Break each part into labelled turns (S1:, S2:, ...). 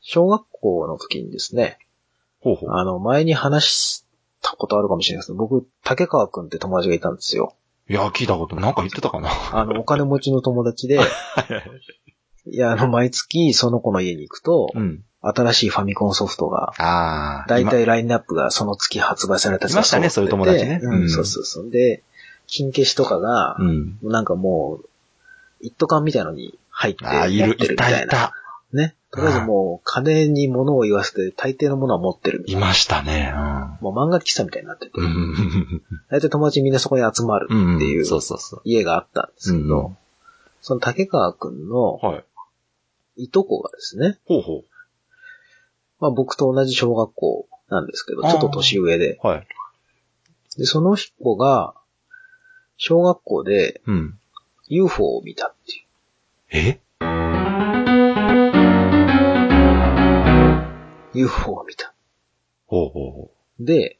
S1: 小学校の時にですね、
S2: ほうほう。
S1: あの、前に話したことあるかもしれないですけど、僕、竹川くんって友達がいたんですよ。
S2: いや、聞いたこと、なんか言ってたかな。
S1: あの、お金持ちの友達 で、いや、あの、毎月その子の家に行くと、
S2: うん。
S1: 新しいファミコンソフトが、
S2: ああ。
S1: だいたいラインナップがその月発売された
S2: いましたね
S1: ソフト
S2: そういう友達ね
S1: で
S2: う
S1: うんん、そうそうそう。で、金消しとかが
S2: 今。、うん。
S1: なんかもう、一斗缶みたいのに入って、
S2: ああ、い
S1: 持
S2: る
S1: っ、て
S2: い
S1: みたいな
S2: た、いた。
S1: ね。とりあえずもう、金に物を言わせて、大抵のものは持ってる。
S2: いましたね。
S1: もう漫画喫茶みたいになってて
S2: う。ん。
S1: 大体友達みんなそこに集まる
S2: うん。
S1: っていう
S2: そうそうそう。
S1: 家があったんですけど、
S2: うんうん
S1: その竹川くんの
S2: はい。
S1: いとこがですね、
S2: ほうほ
S1: まあ僕と同じ小学校なんですけど、
S2: あー
S1: ちょっと年上で、
S2: う。はい。
S1: で、その子が、小学校で
S2: うん。
S1: UFO を見たっていう。
S2: え
S1: UFO を見た。
S2: ほうほうほ
S1: で、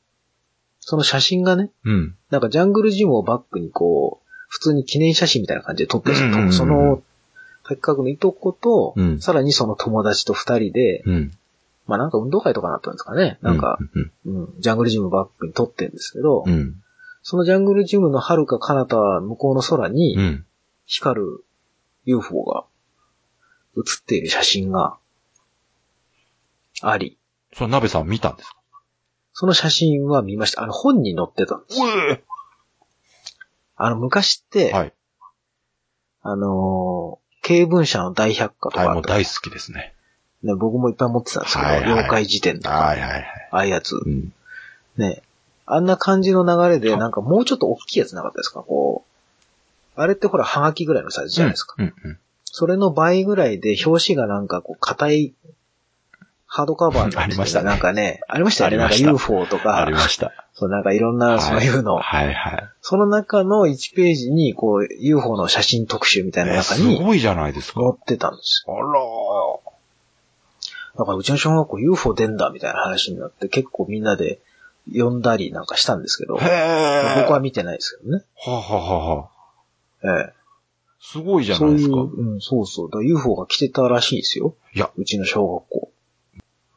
S1: その写真がね、
S2: う。うん。
S1: なんかジャングルジムをバックにこう、普通に記念写真みたいな感じで撮って
S2: うんうんうん
S1: その、竹川くんのいとこと、
S2: うん
S1: さらにその友達と二人で、
S2: うん。
S1: まあなんか運動会とかになったんですかね。なんか、
S2: うん。
S1: うん、ジャングルジムバックに撮ってるんですけど、
S2: うん。
S1: そのジャングルジムの遥か彼方向こうの空
S2: う
S1: に
S2: ん。
S1: 光る UFO が写っている写真があり、
S2: それ、鍋さん見たんですか
S1: その写真は見ました。あの本に載ってたんです。
S2: う
S1: あの昔って、
S2: はい。
S1: あのー、経文社の大百科とかあ
S2: はい、も
S1: っ
S2: う
S1: た、
S2: 大好きですね。
S1: ね、僕もいっぱい持ってたんですけど、
S2: はいはい
S1: 妖怪辞典とか、
S2: いはいはい。
S1: ああいうやつ。
S2: うん。
S1: ね。あんな感じの流れで、なんかもうちょっと大きいやつなかったですかこう。あれってほら、ハガキぐらいのサイズじゃないですか。
S2: うん。うん。
S1: それの倍ぐらいで、表紙がなんかこう、硬い、ハードカバーになってて
S2: ありましたね
S1: なんかね、ありましたよね。
S2: あ
S1: な
S2: り
S1: ん
S2: ま
S1: か
S2: した
S1: UFO と
S2: あ
S1: か
S2: り、ました。
S1: そうなんかいろんなそういうの。
S2: はいはい。
S1: その中の1ページに、こう、UFO の写真特集みたいな
S2: え
S1: 中
S2: す
S1: に
S2: ごいじゃないですか。
S1: 載ってたんです
S2: あらー。
S1: よ。だからうちの小学校 UFO 出んだみたいな話になって、結構みんなで呼んだりなんかしたんですけど、
S2: へえ。
S1: 僕は見てないですけどね。
S2: はあはあはあはあ
S1: ええ。
S2: すごいじゃないですか。
S1: そういう、うん、そうそう。だから UFO が来てたらしいですよ。
S2: いや
S1: うちの小学校。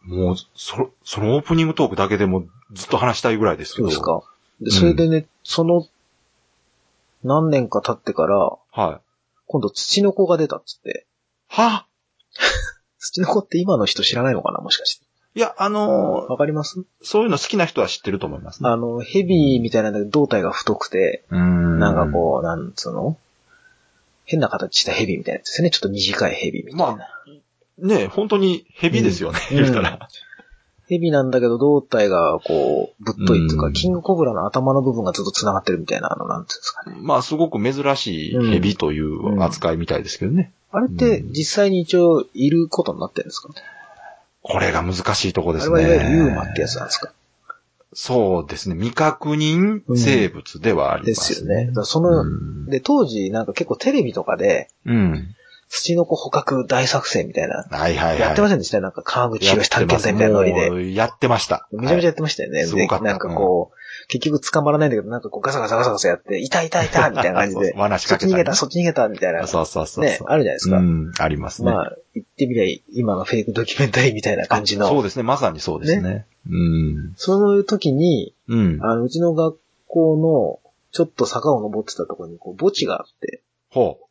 S2: もう、そ、そのオープニングトークだけでもずっと話したいぐらいです
S1: そ
S2: けど。
S1: うですか。
S2: ん
S1: で、それでね、その、何年か経ってから、
S2: はい。
S1: 今度土の子が出たっつって。
S2: は
S1: 土の子って今の人知らないのかなもしかして。
S2: いや、あのー
S1: わかります
S2: そういうの好きな人は知ってると思いますね。
S1: あの、ヘビーみたいなので胴体が太くて、
S2: うん
S1: なんかこう、なんつうの変な形したヘビみたいなやつですね。ちょっと短いヘビみたいな。
S2: まう。ねえ本当にヘビですよね、
S1: うん
S2: 言ったら。
S1: ヘビなんだけど胴体がこう、ぶっといっていう
S2: う
S1: か、
S2: ん
S1: キングコブラの頭の部分がずっと繋がってるみたいな、あの、なんつうんですかね。
S2: まあ、すごく珍しいヘビという扱いみたいですけどね。
S1: あれって
S2: うん
S1: 実際に一応いることになってるんですか、
S2: これが難しいとこで
S1: あ
S2: す
S1: れ
S2: ね。
S1: はいわゆるユーマってやつなんですか
S2: そうですね。未確認生物ではあり
S1: で
S2: ますす、
S1: よね。だからそうの、
S2: ん。
S1: で、当時なんか結構テレビとかで、
S2: うん。
S1: 土の子捕獲大作戦みたいな、
S2: はいはいはい。
S1: やってま
S2: し
S1: せんでしたよなんか川口
S2: や
S1: 博士探
S2: って
S1: 検
S2: ます
S1: 隊みたいなノリで。
S2: もうやってました。
S1: めちゃめちゃやってましたよね。
S2: はい
S1: です
S2: ごかった
S1: なんかこう、結局捕まらないんだけど、なんかこうガサガサガサガサやって、痛い痛い痛いみたいな感じ
S2: そう
S1: で
S2: そう、 罠仕
S1: そっち
S2: 掛
S1: 逃
S2: け
S1: げ
S2: た
S1: た、
S2: り
S1: そっち逃げたみたいな。
S2: ね。そうそうそうそう。
S1: ね、あるじゃないですか。
S2: うん、ありますね。
S1: まあ、言ってみりゃ今のフェイクドキュメンタリーみたいな感じ
S2: そう
S1: の。
S2: ですね、まさにそうですね。うん。
S1: そういう時に、
S2: うん。
S1: あの、うちの学校の、ちょっと坂を登ってたところに、こう、墓地があって、
S2: ほう。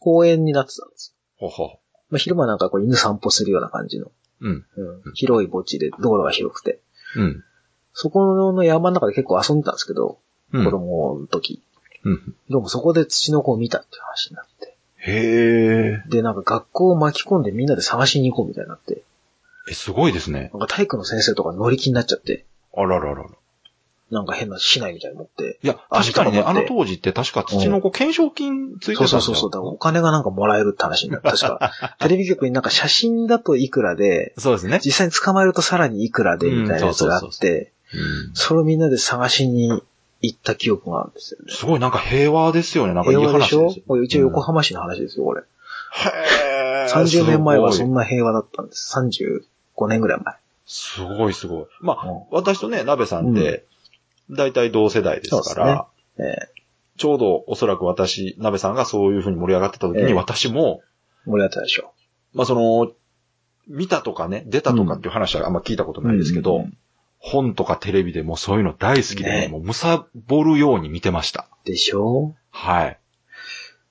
S1: 公園になってたんです
S2: ほうほ
S1: よ。まあ、昼間なんかこう、犬散歩するような感じの、
S2: う。うん。
S1: うん、広い墓地で、道路が広くて。
S2: うん。
S1: そこの山の中で結構遊んでたんですけど、
S2: う
S1: 子
S2: ん。
S1: 供の時。
S2: うん。
S1: どうもそこで土の子を見たっていう話になって。
S2: へえ。
S1: で、なんか学校を巻き込んでみんなで探しに行こうみたいになって。
S2: え、すごいですね。
S1: なんか体育の先生とか乗り気になっちゃって、
S2: あらららら。
S1: なんか変な市内みたいに持って。
S2: いや、
S1: あ
S2: 確かにね、
S1: 見た
S2: あ
S1: こと
S2: の
S1: あって
S2: 当時って確か土の子懸賞金ついてた
S1: そ
S2: ん
S1: うそ
S2: ですよ
S1: うそうそう。だからお金がなんかもらえるって話になって。確 か。テレビ局になんか写真だといくらで、
S2: そうですね。
S1: 実際に捕まえるとさらにいくらでみたいなやつがあ
S2: うんそうそうそう
S1: っ
S2: そ
S1: て、
S2: うん
S1: それをみんなで探しに行った記憶があるんですよね。
S2: すごいなんか平和ですよね。なんかいい
S1: 平
S2: 話
S1: 和で
S2: です
S1: し
S2: よ
S1: ょ。これ一応横浜市の話ですよ、これ。
S2: へー
S1: 30年前はそん
S2: す
S1: な平和だったんです。35年ぐらい前。
S2: ごいすごいすごい。まあ、
S1: うん
S2: 私とね、鍋さんって、大体同世代です
S1: そう
S2: か
S1: ですね
S2: ら、
S1: え
S2: ちょうどおそらく私、鍋さんがそういう風に盛り上がってた時
S1: え
S2: に
S1: え
S2: 私も、
S1: 盛り上がってたでしょ。
S2: まあその、見たとかね、出たとかっていう話はあんま聞いたことないですけど、
S1: うんうん
S2: 本とかテレビでもうそういうの大好きで、
S1: ね
S2: もうむさぼるように見てました。
S1: でしょ
S2: はい。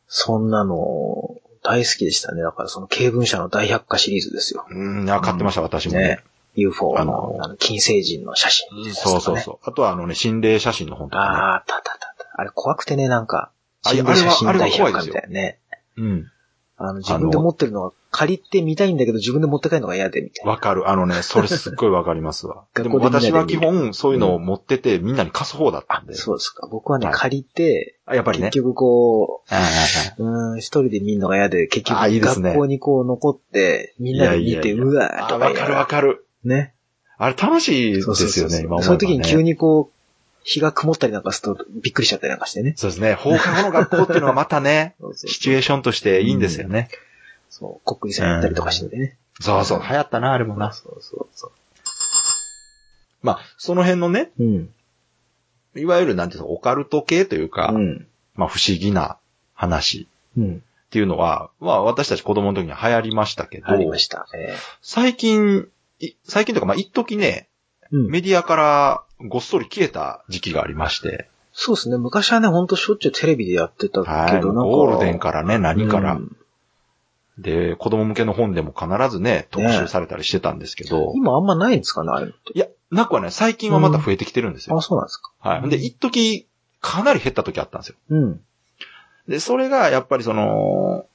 S1: そんなの、大好きでしたね。だからその、軽文社の大百科シリーズですよ。
S2: うん、いや買ってました、私もね
S1: ね。UFO の、
S2: あ
S1: あ
S2: の
S1: の、金星人の写真、
S2: そうそうそう。あとはあのね、心霊写真の本とかね。
S1: ああ、たたたた。あれ怖くてね、なんか、
S2: あいや
S1: 心霊写真
S2: あれは
S1: 大
S2: あれは
S1: 百
S2: 怖
S1: 科み
S2: いですよ
S1: たいなね。
S2: うん。
S1: あの、自分で持ってるのは借りて見たいんだけど、自分で持って帰るのが嫌で、みたいな。
S2: わかる。あのね、それすっごいわかりますわ。で
S1: 学
S2: も
S1: 校でみんなで見
S2: 私
S1: る
S2: は基本そういうのを持ってて、みんなに貸す方だったんで。
S1: そうですか。僕はね、
S2: はい
S1: 借りて、
S2: あやっぱりね
S1: 結。局こ、
S2: はいはいはいう
S1: うーん、一人で見るのが嫌で、結
S2: あ
S1: 局
S2: ーいいですね
S1: 学校にこう残って、みんなで見て、
S2: いやいやいや
S1: うわー
S2: あ
S1: とか言
S2: わ
S1: い
S2: か
S1: な
S2: る
S1: がら
S2: わかる。
S1: ね。
S2: あれ楽しいですよね、今思えば、ね。
S1: その時に急にこう、日が曇ったりなんかすると、びっくりしちゃったりなんかしてね。、
S2: そうですね。放課後の学校っていうのはまた ね
S1: そうそう
S2: シチュエーションとしていいんですよね。
S1: そう、こっくりさんやったりとかしててね。
S2: そうそう。流行ったな、あれもな。
S1: そうそうそ
S2: まあ、その辺のね、
S1: う。うん。
S2: いわゆるなんていうの、オカルト系というか、
S1: うん。
S2: まあ不思議な話
S1: うん。
S2: っていうのは、まあ私たち子供の時には流行りましたけど
S1: あ、りました。え
S2: 最近、い最近というか、まあ一時ね、
S1: えうん
S2: メディアからごっそり消えた時期がありまして、
S1: そうですね。昔はね、ほんとしょっちゅうテレビでやってたけど、
S2: はい、
S1: なんか。
S2: ゴールデンからね、何から、
S1: うん
S2: で、子供向けの本でも必ずね、特集されたりしてたんですけど、
S1: 今あんまないんですかね、あれって。
S2: いや、なくはね、最近はまた増えてきてるんですよ。
S1: あ、そうなんですか。
S2: はい。ほんで、一時かなり減った時あったんですよ。
S1: うん。
S2: で、それがやっぱりその、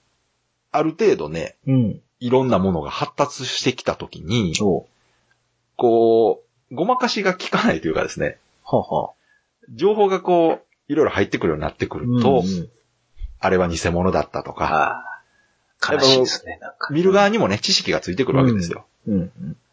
S2: ある程度ね、
S1: うん。
S2: いろんなものが発達してきた時に、
S1: おう。
S2: こう、ごまかしが効かないというかですね、
S1: はあはあ。
S2: 情報がこう、いろいろ入ってくるようになってくると、
S1: うんうん
S2: あれは偽物だったとか、
S1: ああ。悲しいですね、なんか。
S2: 見る側にもね、知識がついてくるわけですよ。
S1: うん。うん。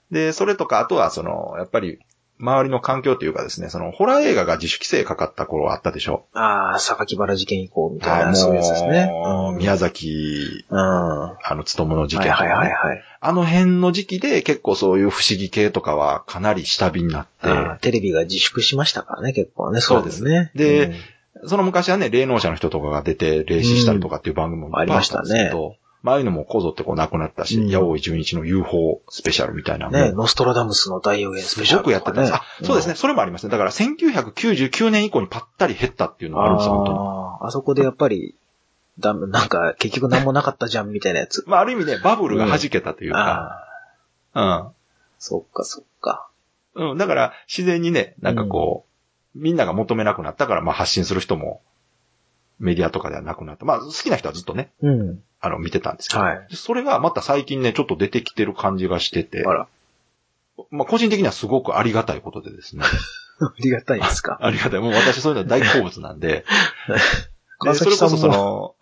S2: で、それとか、あとはその、やっぱり、周りの環境というかですね、その、ホラー映画が自主規制かかった頃はあったでしょ
S1: ああ、榊原事件以降み
S2: う。
S1: たいな、そういうやつですね。
S2: もう
S1: うん
S2: 宮崎、
S1: うん。は
S2: あの、つとむの
S1: い
S2: 事
S1: は
S2: 件
S1: い
S2: とかね、
S1: はいはい。
S2: あの辺の時期で結構そういう不思議系とかはかなり下火になって、
S1: あーテレビが自粛しましたからね、結構ね。そうですね。
S2: そうです
S1: うん、
S2: その昔はね、霊能者の人とかが出て霊視したりとかっていう番組もいっぱいあったんですけ
S1: ありました
S2: ど、まあああいうのもこぞってこうなくなったし、
S1: うん
S2: 八王井純一の予報スペシャルみたいなのも
S1: ねノストラダムスの大予言スペシ
S2: す
S1: ャル
S2: ごくや
S1: と
S2: ってた
S1: かね。
S2: んです。あ、そうですね。それもありますね。だから1999年以降にパッタリ減ったっていうのがあるんですよ、本当に。
S1: あーあそこでやっぱり、だなんか、結局何もなかったじゃん、みたいなやつ。
S2: まあ、ある意味ね、バブルが弾けたというか、
S1: ああ、
S2: うん。
S1: そっかそっか。
S2: うん。だから、自然にね、なんかこう、みんなが求めなくなったから、まあ、発信する人も、メディアとかではなくなった。まあ、好きな人はずっとね、
S1: うん。
S2: あの、見てたんですけど、
S1: はい。
S2: それがまた最近ね、ちょっと出てきてる感じがしてて
S1: あ、ら、
S2: まあ、個人的にはすごくありがたいことでですね。
S1: ありがたいですか。
S2: ありがたい。もう私そういうの大好物なん で。で
S1: 川
S2: それ
S1: 崎
S2: こ
S1: さん
S2: そ
S1: も、
S2: その、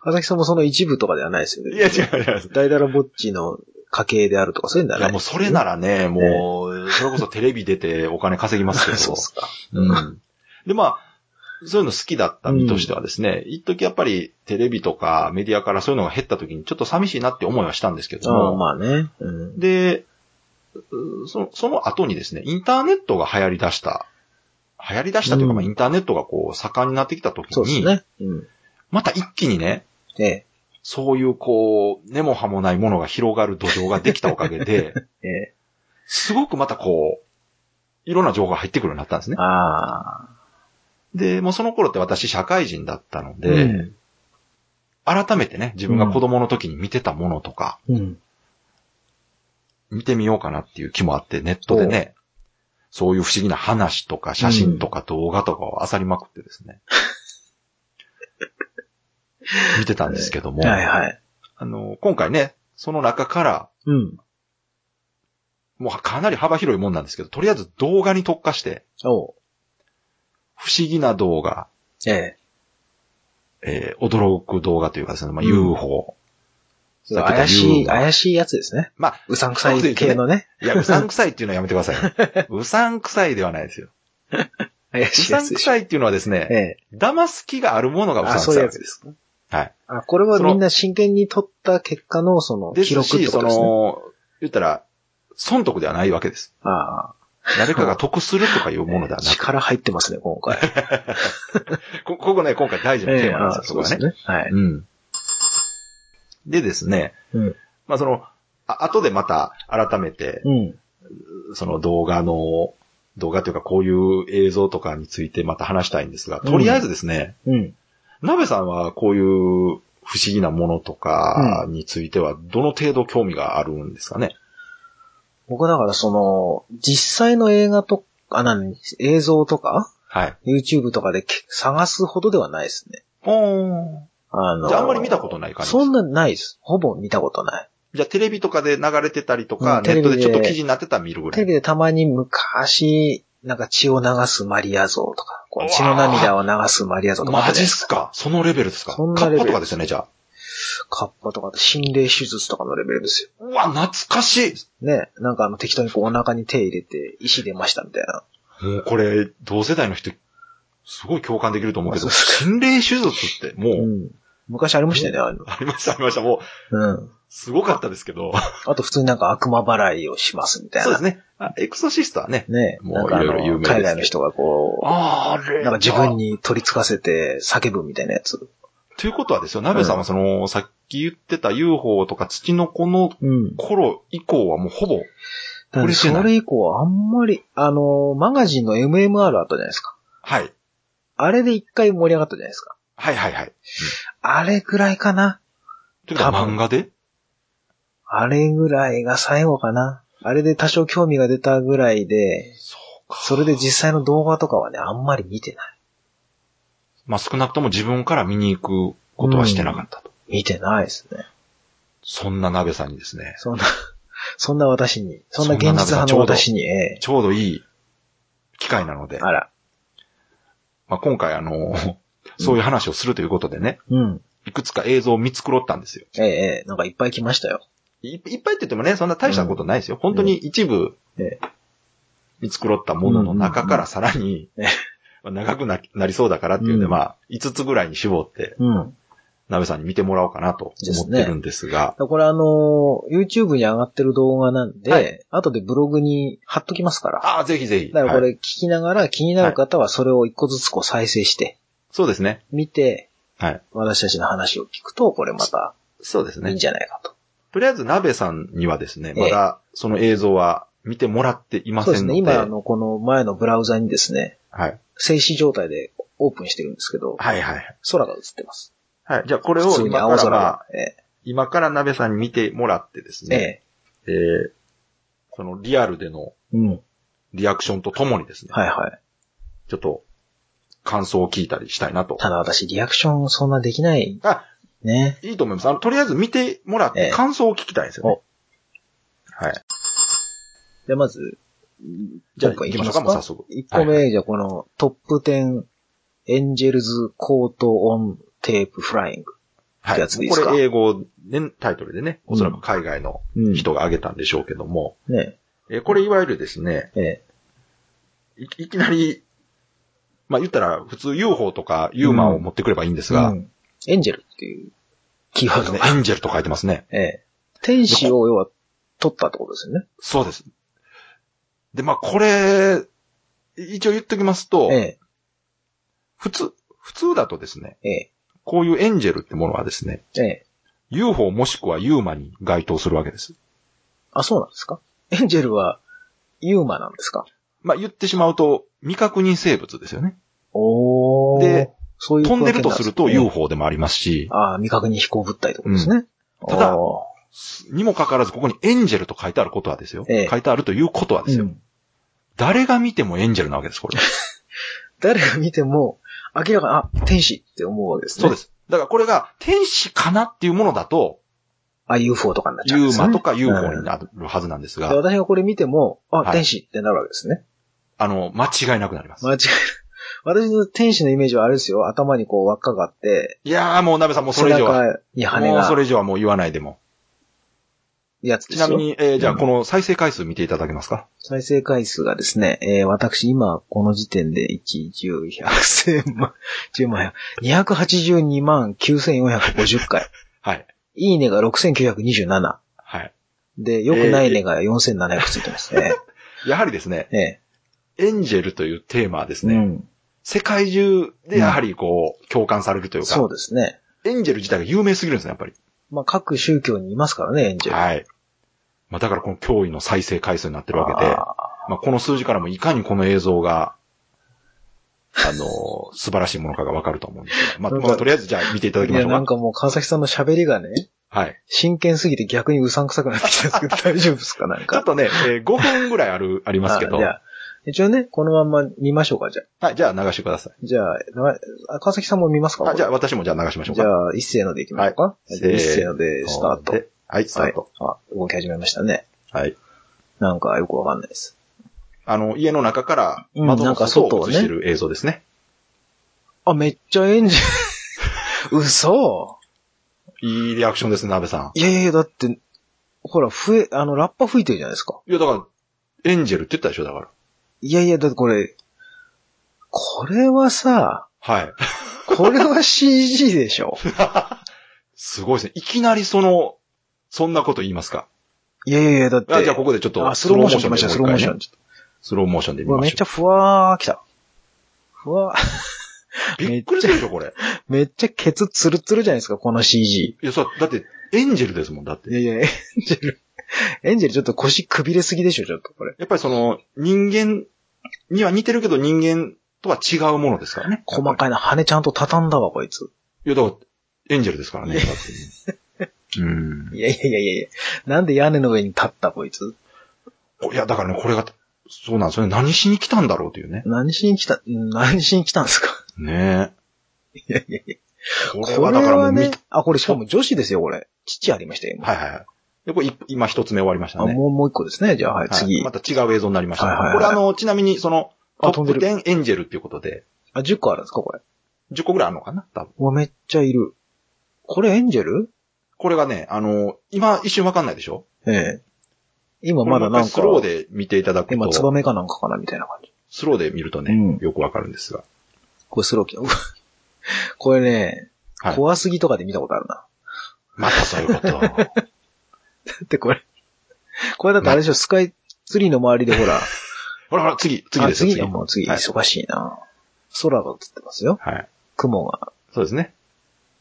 S1: 川崎さんもその一部とかではないですよ
S2: い
S1: ね。
S2: や違う違う。
S1: 大だらぼっちの家系であるとか、そういうんだ
S2: い
S1: ね。
S2: や、もうそれならね、もう、それこそテレビ出てお金稼ぎますけど。
S1: そうっすか。
S2: うん。で、まあ、そういうの好きだった身としてはですね、一時やっぱりテレビとかメディアからそういうのが減った時にちょっと寂しいなって思いはしたんですけど
S1: ああ
S2: も、
S1: まあね。うん。
S2: で、うそその後にですね、インターネットが流行り出した、流行り出したというか、
S1: うん
S2: まあインターネットがこう盛んになってきた時
S1: そうです
S2: に、
S1: ね。うん。
S2: また一気にね、
S1: ええ、
S2: そういうこう、根も葉もないものが広がる土壌ができたおかげ で、
S1: ええ。
S2: すごくまたこう、いろんな情報が入ってくるようになったんですね。
S1: ああ。
S2: で、もうその頃って私社会人だったので、
S1: うん
S2: 改めてね、自分が子供の時に見てたものとか、
S1: うん。
S2: 見てみようかなっていう気もあって、ネットでね、そういう不思議な話とか写真とか動画とかを漁りまくってです ね。見てたんですけども、
S1: はいはい。
S2: あの、今回ね、その中から、
S1: うん。
S2: もうかなり幅広いもんなんですけど、とりあえず動画に特化して、
S1: おう。
S2: 不思議な動画、
S1: ええ。
S2: えー驚く動画というかですね、まあ、
S1: うん
S2: UFO。
S1: そう怪しい、
S2: さっき言った UFO
S1: 怪しいやつですね。
S2: まあ、
S1: うさんくさい系のね。
S2: いや、うさんくさいっていうのはやめてくださ い。うさんくさいではないですよ。
S1: 怪
S2: う
S1: しい
S2: さ
S1: や
S2: ん
S1: つで
S2: く
S1: しょ。
S2: さいっていうのはです
S1: え
S2: ね、
S1: え。
S2: 騙す気があるものがうさ
S1: あ、
S2: んく
S1: そう
S2: さ
S1: い
S2: いう
S1: や
S2: わけ
S1: つ
S2: で。
S1: ですすか。
S2: はい。
S1: あ、これはみんな真剣に取った結果の、その、
S2: で
S1: 記
S2: す
S1: 録っ
S2: し、
S1: てこ
S2: そ
S1: とですね。
S2: の、言ったら、損得ではないわけです。
S1: あ
S2: 誰かが得するとかいうもので
S1: あ。
S2: はなく、
S1: 力入ってますね、今回。
S2: こここね、今回大事なテーマなんですよ、そこがね。
S1: ね。はい。
S2: うん。でですね、
S1: うん
S2: まあその、あ後でまた改めて、
S1: うん。
S2: その動画の、動画というかこういう映像とかについてまた話したいんですが、
S1: うん
S2: とりあえずですね、
S1: うん。
S2: なべさんはこういう不思議なものとかについては、どの程度興味があるんですかね、
S1: 僕だからその、実際の映画と、あ、何、映像とか、
S2: はい。
S1: YouTube とかでけ探すほどではないですね。
S2: お
S1: あの、
S2: じゃああんまり見たことない感じで
S1: そ
S2: す
S1: んなないです。ほぼ見たことない。
S2: じゃあテレビとかで流れてたりとか、
S1: うんテ
S2: ネッ
S1: レ
S2: ト
S1: ビ
S2: で
S1: で
S2: ちょっと記事になってたら見るぐら
S1: テレ
S2: い。
S1: ビでたまに昔、なんか血を流すマリア像とか、こ
S2: うわ
S1: う
S2: ー
S1: 血の涙を流すマリア像とかあ
S2: マ
S1: ったじゃ
S2: ジっ
S1: ないです
S2: すかそのレベルですか
S1: そん
S2: カ
S1: なレベ
S2: ッ
S1: ル
S2: パとかですよね、じゃあ。
S1: か。カッパとかあと心霊手術とかのレベルですよ。
S2: うわ、懐かしい
S1: ね。なんかあの適当にこうお腹に手入れて石出ましたみたいな。
S2: もうこれ、同世代の人、すごい共感できると思うけど、
S1: あそうです
S2: 心霊手術って
S1: う
S2: もう、
S1: ん。昔ありましたよね、ああいうの。
S2: ありました、ありました。もう、
S1: うん。
S2: すごかったですけ ど。
S1: あと普通になんか悪魔払いをしますみたいな。
S2: そうですね。あエクソシストはね。
S1: ね。
S2: もう
S1: なんかあ
S2: いろいろ有名
S1: の、
S2: ですけど
S1: 海外の人がこ
S2: あーあ
S1: う、
S2: れ
S1: なんか自分
S2: に。
S1: に取り付かせて叫ぶみたいなやつ。
S2: ということはですよ、ナベさんはその、さっき言ってた UFO とか土の子の
S1: うん。
S2: 頃以降はもうほぼ、
S1: だか
S2: これ
S1: ら
S2: してな
S1: そ
S2: い
S1: れ以降はあんまり、あの、マガジンの MMR あったじゃないですか。
S2: はい。
S1: あれで一回盛り上がったじゃないですか。
S2: はいはいはい。
S1: あれぐらいかな。
S2: というか
S1: 多分
S2: 漫画で
S1: あれぐらいが最後かな。あれで多少興味が出たぐらいで、
S2: そうか。
S1: それで実際の動画とかはね、あんまり見てない。
S2: まあ少なくとも自分から見に行くことはしてなかったと。
S1: 見てないですね。
S2: そんなナベさんにですね、
S1: そんな、 そんな私に、そんな現実派の私に、え
S2: ちょうどいい機会なので
S1: え、あら、
S2: まあ今回あの、 そういう話をするということでね、
S1: うん。
S2: いくつか映像を見繕ったんですよ。
S1: ええええなんかいっぱい来ましたよ。
S2: いいっぱいって言ってもね、そんな大したことないですよ。本当に一部
S1: ええ、
S2: 見繕ったものの中からさらに
S1: うんうんうんえ、
S2: まあ長くななりそうだからっていうんで、
S1: うん
S2: まあ、5つぐらいに絞って、
S1: うん。
S2: なべさんに見てもらおうかなと思ってるんですが、
S1: これあのー YouTube に上がってる動画なんで、
S2: はい
S1: 後でブログに貼っときますから。
S2: ああ、ぜひぜひ。
S1: だからこ
S2: はい
S1: れ聞きながら気になる方はそれを一個ずつこう再生して、
S2: そうですね。
S1: 見て、
S2: はい。
S1: 私たちの話を聞くと、これまた
S2: そうです
S1: いいんじゃないかと。
S2: とりあえず、鍋さんにはですね、
S1: ええ
S2: まだその映像は見てもらっていま
S1: そう
S2: せ
S1: です
S2: んの
S1: ね。
S2: で、
S1: 今、あの、この前のブラウザにですね、
S2: はい。
S1: 静止状態でオープンしてるんですけど、
S2: はいはい。
S1: 空が映ってます。
S2: はい。じゃあ、これ
S1: 普
S2: を
S1: 通に
S2: 今
S1: 青
S2: から、
S1: 空
S2: まあ
S1: が。え
S2: 今から鍋さんに見てもらってです
S1: ええ
S2: ね、
S1: え。
S2: えーそのリアルでの
S1: うん。
S2: リアクションとともにですね、
S1: はいはい。
S2: ちょっと感想を聞いたりしたいなと。
S1: ただ私、リアクションそんなできない。
S2: あ、
S1: ね。
S2: いいと思います。あの、とりあえず見てもらっ
S1: え
S2: て
S1: え
S2: 感想を聞きたいんですよね。はい。
S1: じゃあまず、
S2: じゃあ
S1: 今回
S2: 行きましょうか、
S1: い
S2: もう
S1: き
S2: 早
S1: ます
S2: 速。
S1: 1個目、じゃあこのトップ10エンジェルズコートオンテープフライング。
S2: は
S1: ってや
S2: い。
S1: つでいいですか
S2: これ英語、ね、タイトルでね、おそらく海外の
S1: うん
S2: 人が挙げたんでしょうけども、
S1: ね。
S2: えーこれいわゆるですね、
S1: ええ。
S2: いいきなり、まあ言ったら普通 UFO とかユーマンを持ってくればいいんですが、
S1: うんエンジェルっていうキー
S2: そ
S1: ワード
S2: うですね
S1: が。
S2: エンジェルと書いてますね。
S1: ええ。天使を要は取ったってことですよね。
S2: そうです。で、まあこれ、一応言っときますと、
S1: え
S2: 普通、普通だとですね、
S1: え。え
S2: こういうエンジェルってものはですね、
S1: え。ええ。
S2: UFO もしくはユーマに該当するわけです。
S1: あ、そうなんですかエンジェルは、ユーマなんですか
S2: まあ言ってしまうと、未確認生物ですよね。
S1: お
S2: ーで、
S1: そういう
S2: 飛んでるとすると UFO でもありますし、
S1: ああ、未確認飛行物体ってことですね。
S2: んただ
S1: お
S2: にもかかわらずここにエンジェルと書いてあることはですよ。
S1: ええ
S2: 書いてあるということは
S1: ー
S2: ですよ。
S1: うん
S2: 誰が見てもエンジェルなわけです、これ。
S1: 誰が見ても、明らかに、あ、天使って思うわけですね。。
S2: そうですす。だからこれが天使かなっていうものだと、
S1: あ、UFO とかになっちゃうん
S2: ユ
S1: で
S2: ー
S1: すね。
S2: マとか UFO
S1: うん
S2: になるはずなんです
S1: で
S2: が、
S1: 私がこれ見ても、
S2: は
S1: あ、
S2: い
S1: 天使ってなるわけですね。
S2: あの、間違いなくなります。
S1: 間違いない。私の天使のイメージはあれですよ。頭にこう輪っかがあって、
S2: いやーもう鍋さんもうそれ以上は、
S1: 背中に羽
S2: もうそ
S1: が、
S2: れ以上はもう言わないでも。
S1: やつで
S2: ち
S1: す
S2: な
S1: よ。
S2: みに、えーじゃあ
S1: うん
S2: この再生回数見ていただけますか
S1: 再生回数がですね、えー私今この時点で1、10、100、1000万、10万、282万9450回。
S2: はい。
S1: いいねが6927。
S2: はい。
S1: で、良くないねが4700ついてます ね。
S2: やはりですね、
S1: ええ
S2: エンジェルというテーマはですね、
S1: うん。
S2: 世界中でやはりこう、共感されるというか、
S1: そうですね。
S2: エンジェル自体が有名すぎるんですね、やっぱり。
S1: まあ、各宗教にいますからね、エンジェル。
S2: はい。まあだからこの脅威の再生回数になってるわけで、
S1: あ
S2: まあこの数字からもいかにこの映像が、あの、素晴らしいものかがわかると思うんですが、まあ、まあとりあえずじゃあ見ていただ
S1: ー
S2: き
S1: い
S2: まし
S1: や、
S2: ょう
S1: なん
S2: か。
S1: かもう川崎さんの喋りがね、
S2: はい。
S1: 真剣すぎて逆にうさんくさくなってきたんですけ ど、大丈夫ですかなん
S2: ちょっ
S1: か。
S2: とね、えー5分ぐらいある、ありますけ
S1: あ
S2: ど、
S1: じゃ
S2: は
S1: あ、一応ね、このまんま見ましょうか、じゃあ。
S2: い、じゃあ流してください。
S1: じゃああ、川崎さんも見ますか
S2: あじゃあ私もじゃあ流しましょう
S1: じ
S2: か。
S1: ゃあ、一斉のでいきましょうか。
S2: い
S1: じゃあ一斉ので、スタート。
S2: ではい、スタート。
S1: はい。あ、動き始めましたね。
S2: はい。
S1: なんかよくわかんないです。
S2: あの、家の中から
S1: うん
S2: 窓
S1: なん
S2: の
S1: か
S2: 外
S1: 外を
S2: を
S1: ね
S2: 映してる映像ですね。
S1: あ、めっちゃエンジン。 嘘
S2: いいリアクションですね、鍋さ
S1: いやいやいや、だって、ほら、笛、あの、ラッパ吹いてるじゃないですか。
S2: ん。いや、だから、エンジェルって言ったでしょ、だから。
S1: いやいや、だってこれ、これはさ、
S2: はい。
S1: これは CG でしょ。
S2: すごいですね。いきなりその、そんなこと言いますか。
S1: いやいやいや、だって。
S2: あじゃあここでちょっと
S1: あ、スローモーション来ました、ス
S2: ス
S1: ロ
S2: ロ
S1: ーモー
S2: ーモー
S1: シ
S2: シ
S1: ョ
S2: ョ
S1: ン。
S2: ン
S1: ちょっ
S2: スローモーションで
S1: とう
S2: 見
S1: わ
S2: ま
S1: めっ
S2: し
S1: ち
S2: ょ
S1: ゃふわー来た。ふわー、
S2: う。びっくりするでしょ、これ。
S1: めっちゃケツツルツルじゃないですか、この CG。
S2: いや、そう、だって、エンジェルですもん、だっ
S1: い
S2: て。
S1: やい や、エンジェル、エンジェルちょっと腰くびれすぎでしょ、ちょっとこれ。
S2: やっぱりその、人間には似てるけど、人間とは違うものですからね。
S1: 細
S2: い。
S1: かいな、羽ちゃんと畳んだわ、こいつ。
S2: いや、だから、エンジェルですからね、だってね うん。
S1: いやいやいやいやいやなんで屋根の上に立った、こいつ。
S2: いや、だからね、これが、そうなんですよね。何しに来たんだろうというね。
S1: 何しに来た、うん何しに来たんですか。
S2: ね
S1: いやいやいや。
S2: え。こ
S1: こ
S2: れはだからもう見
S1: ね
S2: た。、
S1: あ、これしかも女子ですよ、これ。父ありましたよ、今。
S2: はいはいはい。で、これい今一つ目終わりました
S1: あ、
S2: ね。
S1: もう、もう一個ですね。じゃあ、はい、
S2: はい
S1: 次。
S2: また違う映像になりました。
S1: はいはいはい
S2: これあの、ちなみにその、ト
S1: あ飛んで
S2: ッ
S1: る
S2: プ10エンジェルっていうことで、
S1: あ、10個あるんですか、これ。
S2: 10個ぐらいあるのかな多分。
S1: うわ、めっちゃいる。これエンジェル
S2: これがね、あの、今一瞬わかんないでしょ
S1: ええ。今まだなんか、
S2: これもう一回スローで見ていただく
S1: 今、ツバ
S2: と、
S1: メかなんかかな、みたいな感じ。
S2: スローで見るとね、
S1: うん
S2: よくわかるんですが。
S1: これスローキうわこれね、
S2: はい
S1: 怖すぎとかで見たことあるな。
S2: またそういう こと。
S1: だってこれ、これだってあれでしょ、スカイツリーの周りでほら、
S2: ほらほら、次、 次です
S1: あ次
S2: よ、次。
S1: だもう次、
S2: はい
S1: 忙しいな。空が映ってますよ。
S2: はい。
S1: 雲が。
S2: そうですね。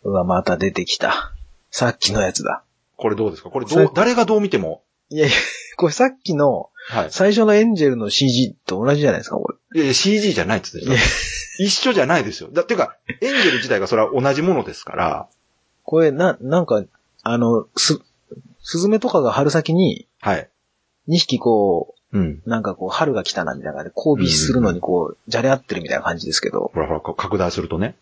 S1: うわ、また出てきた。さっきのやつだ。
S2: これどうですかこれ
S1: そ
S2: ど
S1: れ
S2: う、誰がどう見ても。
S1: いやいや、これさっきの
S2: はい。
S1: 最初のエンジェルの CG と同じじゃないですか、これ。
S2: いやいや CG じゃないっつってた
S1: いや
S2: 一緒じゃないですよ。だっていうか、エンジェル自体がそれは同じものですから、
S1: これ、な、なんか、あの、す、スズメとかが春先に、
S2: はい。
S1: 2匹こ
S2: うん。
S1: う、なんかこう、春が来たな、みたいな感じで、交尾するのにこう、じゃれ合ってるみたいな感じですけど、
S2: ほらほら、こう拡大するとね、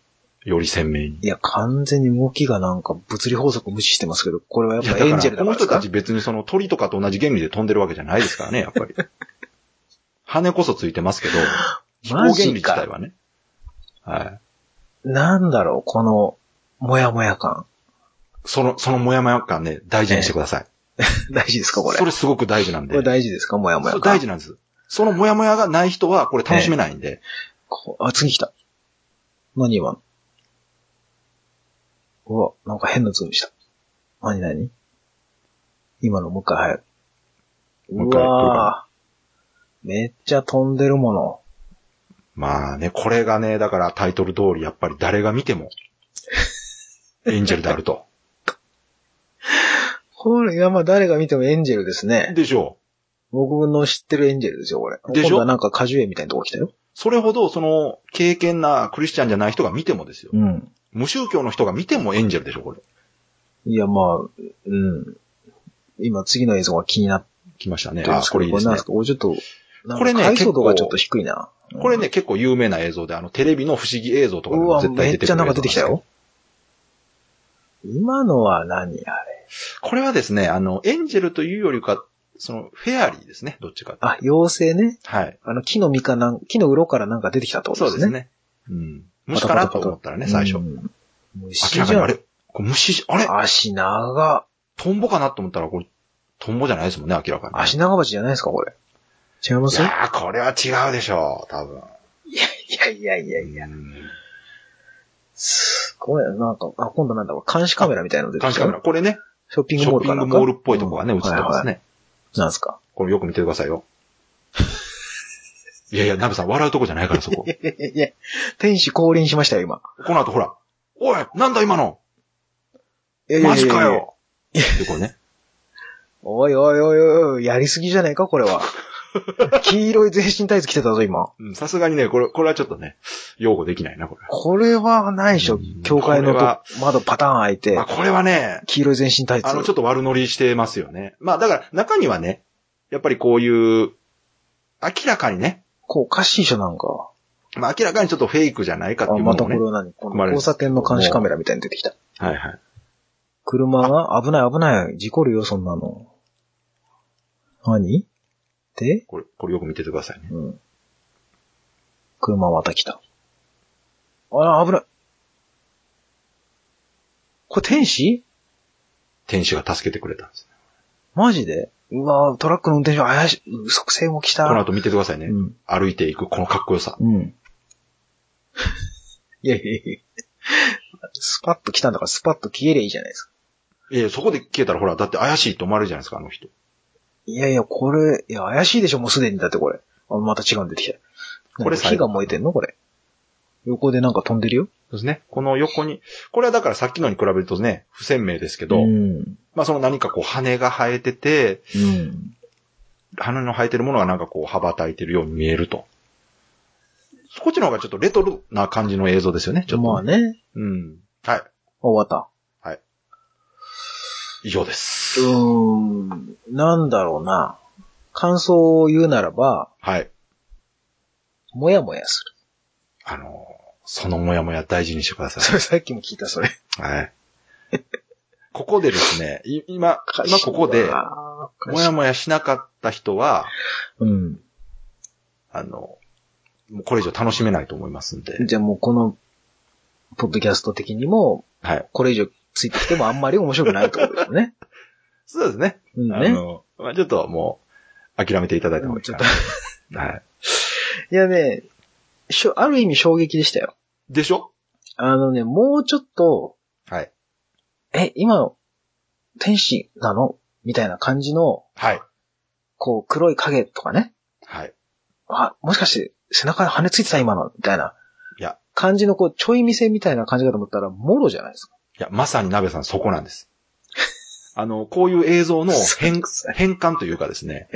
S2: より鮮明に。
S1: いや、完全に動きがなんか物理法則を無視してますけど、これはや
S2: い
S1: っ
S2: や、
S1: ぱ
S2: だ
S1: エ
S2: か
S1: ンジェル
S2: ら、
S1: だ
S2: こ
S1: からです
S2: の人
S1: か
S2: たち別にその鳥とかと同じ原理で飛んでるわけじゃないですからね、や っぱり。羽こそついてますけど、飛行原
S1: マジか
S2: 理自体はね。はい。
S1: なんだろう、この、もやもや感。
S2: その、そのもやもや感ね、大事にしてください。
S1: 大事ですか、これ。
S2: それすごく大事なんで。
S1: これ大事ですか、もやもや
S2: そ
S1: 感。
S2: う大事なんです。そのもやもやがない人は、これ楽しめないんで。
S1: こあ、次来た。何今のうわ、なんか変なズームした。何何今のもう一回早く。
S2: もう
S1: う
S2: 一回来るかな
S1: わぁ。めっちゃ飛んでるもの。
S2: まあね、これがね、だからタイトル通り、やっぱり誰が見ても、 エンジェルであると。
S1: これがまあ誰が見てもエンジェルですね。
S2: でしょう。
S1: 僕の知ってるエンジェルですよ、これ。
S2: でしょ
S1: 今度はなんか果樹園みたいなとこ来たよ。
S2: それほど、その、経験なクリスチャンじゃない人が見てもですよ。
S1: うん。
S2: 無宗教の人が見てもエンジェルでしょ、これ。
S1: いや、まあ、うん。今次の映像が気になって
S2: 来ました
S1: る
S2: ね。
S1: んで
S2: あ、
S1: すけ
S2: こ
S1: ど、
S2: れいいです
S1: なん
S2: ね
S1: です。かこれちょっと、なんか
S2: これね
S1: 解像度がち
S2: 結構
S1: ょっと低いな。
S2: これね、結構有名な映像で、あの、テレビの不思議映像とかで
S1: う
S2: も
S1: わ、
S2: 絶対
S1: め
S2: 出
S1: って
S2: くる
S1: ちゃなんか出てきた
S2: 映像
S1: よ。今のは何あれ。
S2: ですけど。これはですね、あの、エンジェルというよりか、その、フェアリーですね、どっちかって。
S1: あ、妖精ね。
S2: はい。
S1: あの、木の実かなん、木の裏からなんか出てきたってこと
S2: そ
S1: で
S2: う
S1: す
S2: で
S1: ね。
S2: すね。うん。虫かなと思ったらね、最初
S1: う。ん。虫
S2: 明
S1: じゃ
S2: ら
S1: ん
S2: かにあれこれ虫じ、あれ
S1: 足長。
S2: トンボかなと思ったら、これ、トンボじゃないですもんね、明らかに。
S1: 足長鉢じゃないですか、これ。違いま
S2: い
S1: すい
S2: やー、これは違うでしょう、多分。
S1: やいやいやいや。
S2: うん
S1: すごい、なんか、あ、今度なんだろう、監視カメラみたいなの出て
S2: 監
S1: き
S2: 視
S1: た
S2: カ
S1: よ
S2: メラ。これね、
S1: ショッピン
S2: シ
S1: グ
S2: ョ
S1: モール
S2: ッピ
S1: か
S2: ン
S1: な
S2: グ
S1: んか。
S2: モールっぽいとこがね、映って
S1: うんはい
S2: ます
S1: はい
S2: ね。
S1: なんすか。
S2: これよく見てくださいよ。 いやいや、ナベさん、笑うとこじゃないから、そこ。
S1: いやいやいや、天使降臨しましたよ、今。
S2: この後、ほら。おいなんだ今の
S1: いやいや
S2: マ
S1: いやい
S2: ジ
S1: や
S2: かよで、これね。
S1: おいおいおいおいおい、やりすぎじゃねえか、これ は。黄色い全身タイツ着てたぞ、今。
S2: うん、さすがにね、これ、これはちょっとね、擁護できないな、これ。
S1: これはないでし
S2: う
S1: ょ
S2: ん。
S1: 教会の
S2: ことれは
S1: 窓パターン開いて
S2: あ、、これはね、
S1: 黄色い全身タイツ。
S2: あの、ちょっと悪乗りしてますよね。まあ、だから、中にはね、やっぱりこういう、明らかにね、
S1: こう、おかしいじゃん、なんか。
S2: まあ、明らかにちょっとフェイクじゃないかって
S1: あ、
S2: いうも
S1: また
S2: の
S1: こ
S2: をね
S1: れ。は何こ
S2: ま
S1: の
S2: れる
S1: 交差点の監視カメラみたいに出てきた。
S2: はいはい。
S1: 車が、危ない危ない、事故るよ、そんなの。何で、
S2: これ、これよく見ててくださいね。
S1: うん。車また来た。あ、危ない。これ天使
S2: 天使が助けてくれたんです。
S1: マジでうわトラックの運転手怪しい。嘘くせえ動きした。
S2: この後見ててくださいね。
S1: うん。
S2: 歩いていく、このかっこよさ。
S1: うん。 いやいやいやスパッと来たんだからスパッと消えりゃいいじゃないですか。
S2: いや、そこで消えたらほら、だって怪しいと思われるじゃないですか、あの人。
S1: いやいや、これ、いや、怪しいでしょ、もうすでに。だってこれ。あ、また違うんで出てきた。
S2: これ
S1: 火
S2: 最後
S1: が燃えてんのこれ。横でなんか飛んでるよ。
S2: そうですね。この横に、これはだからさっきのに比べるとね、不鮮明ですけど、
S1: うん。
S2: まあその何かこう羽が生えてて、
S1: うん。
S2: 羽の生えてるものがなんかこう羽ばたいてるように見えると。こっちの方がちょっとレトロな感じの映像ですよね、ちょっと。
S1: まあね。
S2: うん。はい。
S1: 終わった。
S2: 以上で
S1: う
S2: す。
S1: ーん。なんだろうな。感想を言うならば、
S2: はい。
S1: もやもやする。
S2: あのー、そのもやもや大事にしてく だ
S1: そ
S2: さ
S1: れさっきも聞いた、それ。
S2: い。はい。ここでですね、い今、今ここで、
S1: あー
S2: もやもやしなかった人は、
S1: うん。
S2: あの、もうこれ以上楽しめないと思いますんで。
S1: じゃあもうこの、ポッドキャスト的にも、
S2: はい。
S1: これ以上ついてきてもあんまり面白くないってことですよ ね。
S2: そうですね。
S1: うん
S2: あ
S1: ね。
S2: の、まあ、ちょっともう、諦めていただいた方がいいか
S1: ちょっ
S2: な
S1: と、。
S2: はい。
S1: いやね、しょ、ある意味衝撃でしたよ。
S2: でしょ
S1: あのね、もうちょっと、
S2: はい。
S1: え、今の、天使なのみたいな感じの、
S2: はい。
S1: こう、黒い影とかね。
S2: はい。
S1: あ、もしかして、背中に羽ついてた今のみたいな。
S2: いや。
S1: 感じの、こう、ちょい見せみたいな感じかと思ったら、もろじゃないですか。
S2: いや、まさに鍋さんそこなんです。 あの、こういう映像の変、変換というかですね。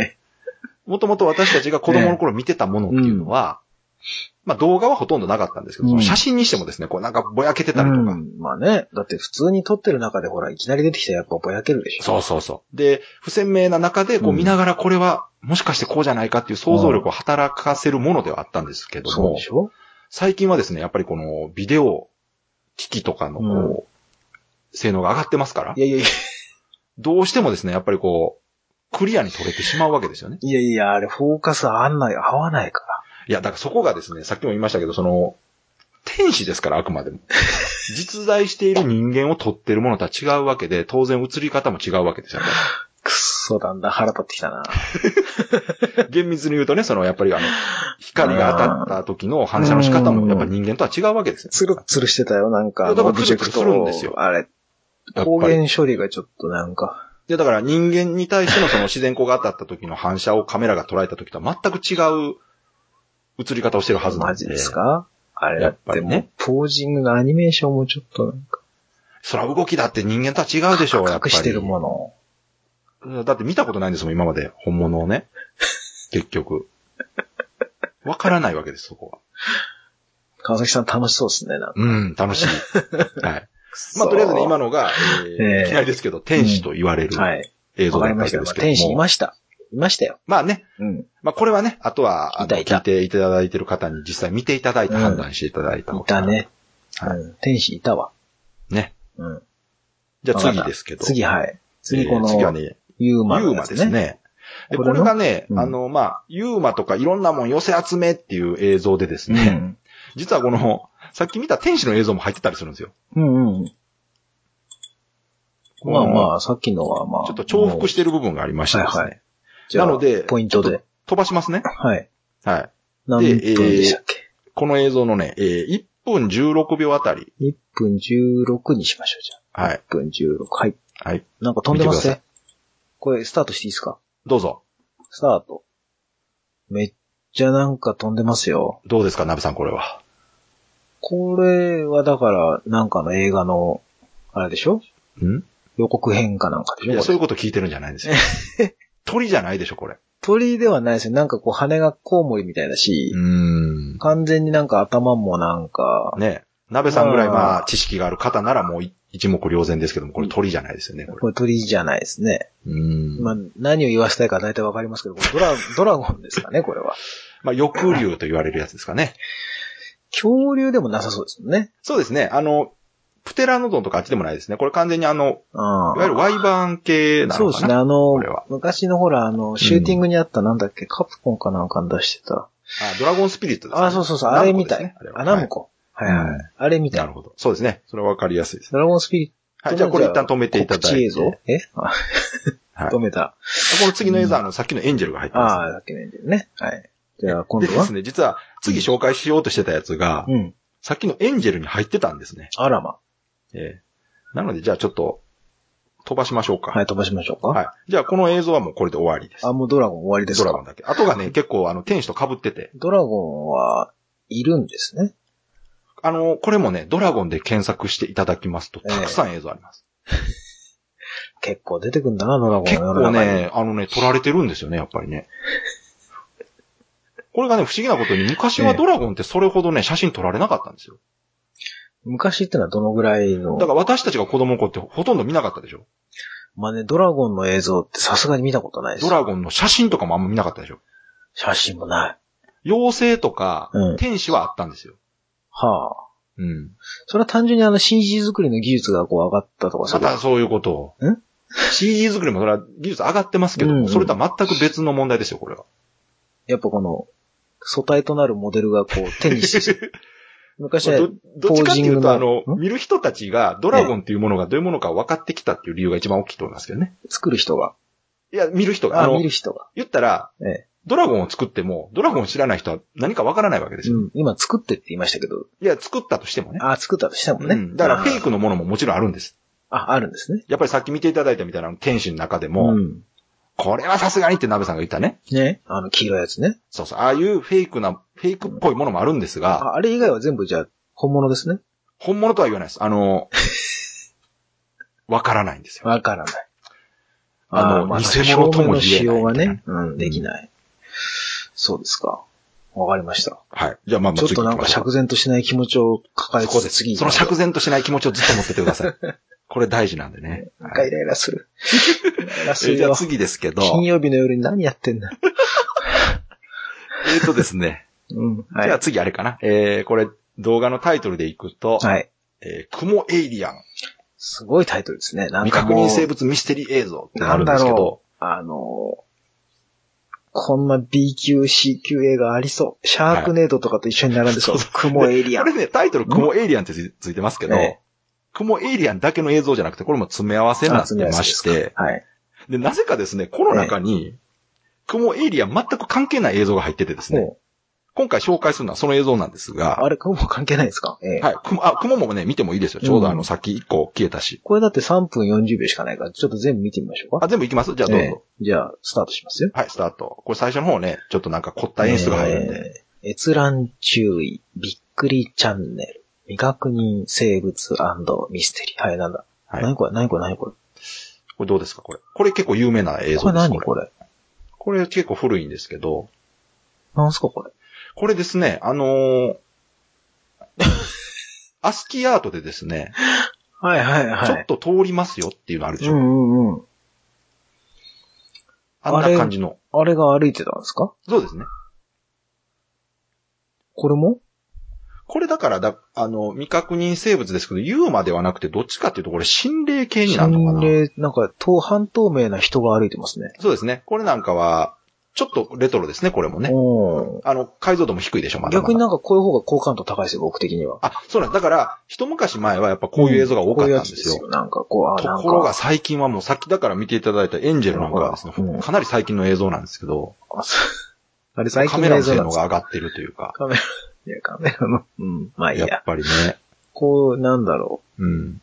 S2: もともと私たちが子供の頃見てたものっていうのは、まあ動画はほとんどなかったんですけど、
S1: うん
S2: その写真にしてもですね、こうなんかぼやけてたりとか、
S1: うん、まあね。だって普通に撮ってる中でほら、いきなり出てきたらやっぱぼやけるでしょ。
S2: そうそうそう。で、不鮮明な中で、こう
S1: うん
S2: 見ながらこれは、もしかしてこうじゃないかっていう想像力を働かせるものではあったんですけど
S1: そう
S2: も
S1: で、しょ
S2: 最近はですね、やっぱりこのビデオ機器とかの
S1: うん
S2: こう、性能が上がってますから
S1: い、やいやいや、
S2: どうしてもですね、やっぱりこう、クリアに撮れてしまうわけですよね。
S1: いやいや、あれフォーカス合んない、合わないか
S2: いや、だからそこがですね、さっきも言いましたけど、その、天使ですから、あくまで も。実在している人間を撮ってるものとは違うわけで、当然映り方も違うわけですよ。やっぱり
S1: ら。くっそだんだん腹立ってきたな。
S2: 厳密に言うとね、その、やっぱりあの、光が当たった時の反射の仕方も、やっぱ人間とは違うわけですよ。
S1: ツルッツルしてたよ、なん
S2: い
S1: か。
S2: やだから
S1: オブジェクト
S2: ツルツルするんですよ
S1: あれ、
S2: やっ
S1: 光
S2: ぱり。
S1: 源処理がちょっとなんか。
S2: で、だから人間に対してのその自然光が当たった時の反射をカメラが捉えた時とは全く違う映り方をしてるはずなんで。
S1: マジですかあれだっ
S2: やっぱ
S1: て
S2: り
S1: もう
S2: ね、
S1: ポージングのアニメーションもちょっとなんか、
S2: そら動きだって人間とは違うでしょう、やっぱ
S1: 隠
S2: り。
S1: してるもの。
S2: だって見たことないんですもん、今まで。本物を ね。結局。わからないわけです、そこは。
S1: 川崎さん楽しそうですね、なんか。
S2: うん、楽 しい。はい。まあ、とりあえずね、今のが、えー
S1: ええ
S2: いきなりですけど、天使と言われる
S1: はい。
S2: 映像
S1: わか
S2: だ
S1: り
S2: った
S1: ま
S2: わ
S1: した。まあ
S2: けですけども。
S1: 天使いました。いましたよ。
S2: まあね、
S1: うん。
S2: まあこれはね、あとは、あの、
S1: いたいた
S2: 聞いていただいてる方に実際見ていただいて
S1: うん
S2: 判断していただいた方
S1: い
S2: が
S1: た。ね。
S2: はい
S1: うん。天使いたわ。
S2: ね。
S1: うん。
S2: じゃあ次ですけど。
S1: 次、はい。次こ
S2: えー次は
S1: の、
S2: ね、
S1: ユーマ
S2: ユー
S1: のや
S2: マ
S1: つ
S2: です。ね。で、
S1: こ
S2: こ
S1: れの
S2: れがね、
S1: うん
S2: あの、まあ、ユーマとかいろんなもん寄せ集めっていう映像でです
S1: う
S2: ね、
S1: ん。
S2: 実はこの、さっき見た天使の映像も入ってたりするんですよ。
S1: うんうん。まあ
S2: あ。
S1: まあ、さっきのはまあ。
S2: ちょっと重複してる部分がありましてですね。
S1: はいはじゃあ
S2: なので
S1: ポイントで。
S2: 飛ばしますね。
S1: はい。
S2: はい。
S1: 何分でしたっけ、
S2: この映像のね、えー1分16秒あたり。
S1: 1分16にしましょう、じゃあ。
S2: はい。
S1: 1分16。はい。
S2: はい。
S1: なんか飛んでます
S2: 見て
S1: ね。これ、スタートしていいですか
S2: どうぞ。
S1: スタート。めっちゃなんか飛んでますよ。
S2: どうですか、ナベさん、これは。
S1: これはだから、なんかの映画の、あれでしょ
S2: ん
S1: 予告編かなんかで
S2: い
S1: しょ
S2: や、そういう
S1: これ
S2: こと聞いてるんじゃないん ですよ。鳥じゃないでしょ、これ。
S1: 鳥ではないですよ。なんかこう羽がコウモリみたいだし、
S2: うん。
S1: 完全になんか頭もなんか、
S2: ね。鍋さんぐらいま
S1: う
S2: あ知識がある方ならもうい一目瞭然ですけども、これ鳥じゃないですよね、これ。
S1: これ鳥じゃないですね。
S2: うん。
S1: まあ、何を言わせたいか大体わかりますけど、これドラ、ドラゴンですかね、これは。
S2: まあ、翼竜と言われるやつですかね。
S1: 恐竜でもなさそうですよね。
S2: そうですね。あの、プテラノドンとかあっちでもないですね。これ完全にあの、
S1: あ
S2: いわゆるワイバーン系な
S1: そう
S2: の
S1: で
S2: か
S1: すね、
S2: な。
S1: あの
S2: これは、
S1: 昔のほら、あの、シューティングにあったなんだっけ、カプコンかなんかに出してた。
S2: あドラゴンスピリットです、ね。
S1: あ、そうそうそう、あ
S2: ナム
S1: れ
S2: コ
S1: み
S2: で
S1: た
S2: す
S1: い
S2: ねあれ。は
S1: あ、ナムコ。はいは
S2: うん
S1: い。あれみた
S2: ないる。ほど。そうですね。それはわかりやすいです。
S1: ドラゴンスピリット。
S2: はい。じゃあこれ一旦止めていただいて。
S1: 告知映像え あ
S2: はい
S1: 止めた。
S2: この次の映像は、あの、さっきのエンジェルが入って
S1: あ
S2: ま
S1: あ、だっけねんだよね。はい。じゃあ
S2: す。
S1: 今
S2: で
S1: 度
S2: で
S1: は
S2: すね、実は、次紹介しようとしてたやつが、
S1: うん。
S2: さっきのエンジェルに入ってたんですね。
S1: あらま。
S2: えーなので、じゃあちょっと、飛ばしましょうか。
S1: はい、飛ばしましょうか。
S2: はい。じゃあこの映像はもうこれで終わりです。
S1: あ、もうドラゴン終わりです
S2: ド
S1: か
S2: ラゴンだけ。あとがね、結構、あの、天使と被ってて。
S1: ドラゴンは、いるんですね。
S2: あの、これもね、ドラゴンで検索していただきますと、
S1: ええ
S2: たくさん映像あります。
S1: 結構出てくんだな、ドラゴン
S2: 結
S1: は世の
S2: 構
S1: 中に。
S2: ね、あのね、撮られてるんですよね、やっぱりね。これがね、不思議なことに、昔はドラゴンってそれほどね、写真撮られなかったんですよ。
S1: 昔ってのはどのぐらいの
S2: だか、ら私たちが子供の頃ってほとんど見なかったでしょ
S1: まあね、ドラゴンの映像ってさすがに見たことないです。
S2: ドラゴンの写真とかもあんま見なかったでしょ
S1: 写真もない。
S2: 妖精とか
S1: うん、
S2: 天使はあったんですよ。
S1: はあ。
S2: うん。
S1: それは単純にあの CG 作りの技術がこう上がったとかそ
S2: ま
S1: ういうこ
S2: たそういうことを
S1: ん。
S2: CG 作りもそれは技術上がってますけど
S1: うんう
S2: も、
S1: ん
S2: それとは全く別の問題ですよ、これは。
S1: とやっぱこの、素体となるモデルがこう手に し昔は、
S2: どどっちかっていう
S1: ポ
S2: と、
S1: ー
S2: あ
S1: ジングの
S2: の、
S1: ん
S2: 見る人たちがドラゴンっていうものがどういうものか分かってきたっていう理由が一番大きいと思いますけどね。
S1: 作る人が、
S2: いや、見る人が、あ
S1: あ
S2: の
S1: 見、る人が、
S2: 言ったら
S1: ええ、
S2: ドラゴンを作っても、ドラゴンを知らない人は何か分からないわけです
S1: う
S2: よ。
S1: ん、今作ってって言いましたけど、
S2: いや、作ったとしてもね。
S1: あ作ったとしてもね。
S2: うんだからフェイ
S1: ク。
S2: クのものももちろんあるんです。
S1: あ、あるんですね。
S2: やっぱりさっき見ていただいたみたいな天使の中でも、
S1: ん。
S2: これはさすがにって鍋さんが言ったね。
S1: ね。あの、黄色いやつね。
S2: そうそう。ああいうフェイクな、フェイクっぽいものもあるんですが、
S1: あ、あれ以外は全部じゃあ、本物ですね。
S2: 本物とは言わないです。あ の、わからないんですよ。
S1: わからない。
S2: あの
S1: ーま
S2: 偽物とも
S1: 証明
S2: 言えない
S1: の使用が
S2: みたい
S1: ね、うん、できない。そうですか。わかりました。
S2: はい。じゃあまあまあ
S1: ちょっ
S2: 次
S1: と
S2: 行
S1: な
S2: き
S1: んか
S2: ましょう
S1: 釈然としない気持ちを抱え
S2: そ
S1: つ
S2: こ
S1: つ
S2: です。
S1: 次
S2: その釈
S1: 然。
S2: 然としない気持ちをずっと持っててください。 これ大事なんでね。
S1: なんかイライラす る。イライラす
S2: え
S1: る
S2: じゃあ
S1: よ。
S2: 次ですけど、
S1: 金曜日の夜に何やってんだ。
S2: えっとですね。
S1: うん。 は
S2: じ
S1: い
S2: ゃあ。次あれかな。えー、これ動画のタイトルでいくと、
S1: はい。
S2: えー、クモエイリアン、
S1: すごいタイトルですね。なん
S2: 未
S1: か
S2: 確
S1: もう
S2: 認生物ミステリー映像ってなるんですけ
S1: なんだ
S2: ど
S1: ろ、あのーこんな B 級、C 級映画ありそう。シャークネードとかと一緒に並んでそう。雲エイリア
S2: こ
S1: ン。
S2: れね、タイトルクモエイリアンってつついてますけど
S1: ええ、
S2: クモエイリアンだけの映像じゃなくて、これも詰め合わせになってまし
S1: あ
S2: て、
S1: はい。
S2: で、なぜかですね、この中に、クモエイリアン全く関係ない映像が入っててですね、
S1: も
S2: 今回紹介するのはその映像なんです
S1: う、あ
S2: が、
S1: れ、雲関係ないですかええ。
S2: はい、クモ、あ、クモもね、見てもいいですよ。ちょうどあ
S1: う
S2: の、
S1: ん
S2: さっき1個消えたし。
S1: これだって3分40秒しかないから、ちょっと全部見てみましょうか。
S2: あ、全部いきますじゃあどう
S1: え
S2: ぞ。
S1: えじゃあ、スタートしますよ。
S2: はい、スタート。これ最初の方ね、ちょっとなんか凝った演出が入るんで。
S1: えー閲覧注意、びっくりチャンネル、未確認生物ミステリー。はい、なんだ。
S2: はい
S1: 何これ何これ何これ
S2: これどうですかこれ。これ結構有名な映
S1: これ
S2: 像です。
S1: 何
S2: これ
S1: これ
S2: これ結構古いんですけど、
S1: 何すかこれ
S2: これですね、あの ーアスキーアートでですね、
S1: はいはい
S2: ちょっ。と通りますよっていうのあるでし
S1: う
S2: ょ、
S1: んうんうん。
S2: あん
S1: あ
S2: な
S1: れ
S2: 感じの。
S1: あれが歩いてたんですか
S2: そうですね。
S1: これも
S2: これだからだ、あの、未確認生物ですけど、ユーマではなくて、どっちかっていうと、これ心霊系になるのか
S1: 心
S2: な
S1: 霊、なんか、と半透明な人が歩いてますね。
S2: そうですね。これなんかは、ちょっとレトロですね、これもね。
S1: おー
S2: あの、解像度も低いでしょ、まだまだ。
S1: 逆になんかこういう方が好感度高いですよ、僕的には。
S2: あ、そうなんですだから、一昔前はやっぱこういう映像が多かったん
S1: こうい
S2: で
S1: うやつ
S2: すよ。
S1: なんかこう、あ、
S2: と
S1: なん
S2: ころが
S1: か、
S2: 最近はもうさっきだから見ていただいたエンジェルなんかはですね、
S1: うん
S2: かなり最近の映像なんですけど、
S1: あそうあれ最
S2: カ
S1: 近
S2: メ
S1: の
S2: ラ
S1: 映
S2: の
S1: 像
S2: 性
S1: なん
S2: 能
S1: です
S2: が
S1: か
S2: 上がってるというか、
S1: カメラ、いや、カメラの、うん、まあいい
S2: や
S1: や
S2: っ。ぱりね、
S1: こう、なんだろ
S2: うん。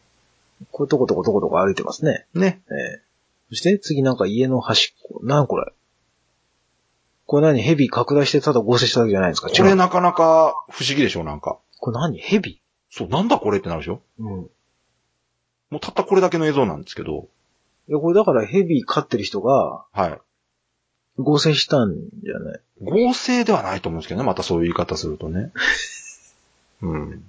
S1: う。こう、とことことことこ歩いてますね。
S2: ね。
S1: ええそして、次なんか家の端っこ。なんこれこれ何ヘビ拡大してただ合成したわけじゃないんですか
S2: こ
S1: 違
S2: れ
S1: う。
S2: なかなか不思議でしょ、なんか。
S1: これ何ヘビ
S2: そう、なんだこれってなるでしょ
S1: うん。
S2: もうたったこれだけの映像なんですけど、
S1: いや、これだからヘビ飼ってる人が
S2: はい。
S1: 合成したんじゃない
S2: 合成ではないと思うんですけどね、またそういう言い方する とね。うん。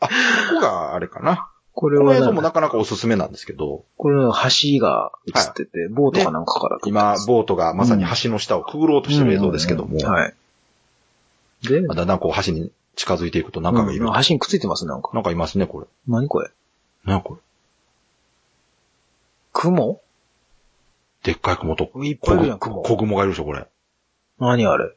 S2: あ、ここがあれかな。
S1: これ
S2: この映
S1: は
S2: 像
S1: な
S2: も
S1: ん
S2: な
S1: か、
S2: かなかおすすめなんですけど、
S1: これの橋が映ってて、ボートかなんかから撮って
S2: 今
S1: ます、
S2: ボートがまさに橋の下をくぐろうとしてる映像ですけど
S1: う
S2: も
S1: ん、はい。で、
S2: だんだんこう橋に近づいていくと中がいる
S1: うん。橋にくっついてます、なんか。
S2: なんかいますね、これ。
S1: 何これ
S2: なんかこれ。
S1: 雲
S2: でっかい雲と、
S1: いっぱいいるじゃん、
S2: 小
S1: 雲。
S2: 雲がいるでしょ、これ。
S1: 何あれ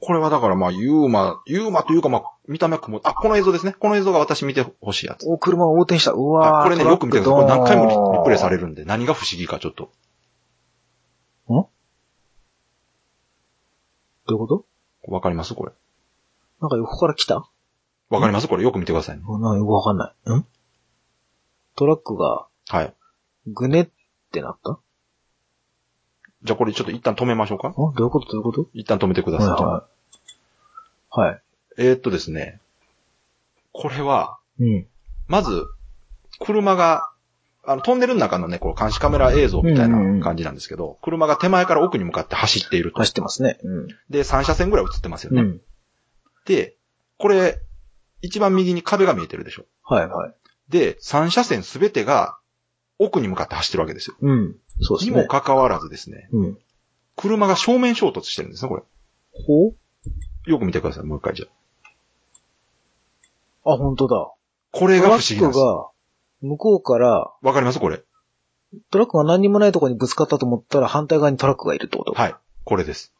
S2: これはだからまあ、ユーマ、ユーマというかまあ、見た目は雲、あ、この映像ですね。この映像が私見てほしいやつ。
S1: お、車横転した。うわー
S2: はいこれね、
S1: トラ
S2: よ
S1: ック
S2: く見てください。これ何回もリリプレイされ
S1: る。
S2: るんで、何が不思議かちょっと。
S1: どういうこと
S2: わかりますこれ。
S1: なんか横から来た
S2: わかりますこれ。よく見てくださいね。
S1: あなんかよくわかんない。んトラックが、
S2: はい。
S1: ぐねってなったあ
S2: じゃあこれちょっと一旦止めましょうか。
S1: どういうことどういうこと
S2: 一旦止めてください。
S1: はい、はい。はい。
S2: えーっとですね。これは、
S1: うん。
S2: まず、車が、あの、トンネルの中のね、こう、監視カメラ映像みたいな感じなんですけど、車が手前から奥に向かって走っていると。
S1: 走ってますね。うん。
S2: で、3車線ぐらい映ってますよ
S1: う
S2: ね。
S1: ん。
S2: で、これ、一番右に壁が見えてるでしょ。
S1: はいはい。
S2: で、3車線すべてが奥に向かって走ってるわけですよ。
S1: うん。そうです
S2: にも
S1: ね。
S2: かかわらずですね、
S1: うん。
S2: 車が正面衝突してるんですね、これ。
S1: ほう
S2: よく見てください、もう一回じゃあ。
S1: あ、本当だ。
S2: これ
S1: ト
S2: が
S1: ラ
S2: 不思議
S1: ッ
S2: なん
S1: ク
S2: ですよ。
S1: が、向こうから、
S2: わかりますこれ。
S1: トラックが何にもないところにぶつかったと思ったら反対側にトラックがいるってこと
S2: はい。これです。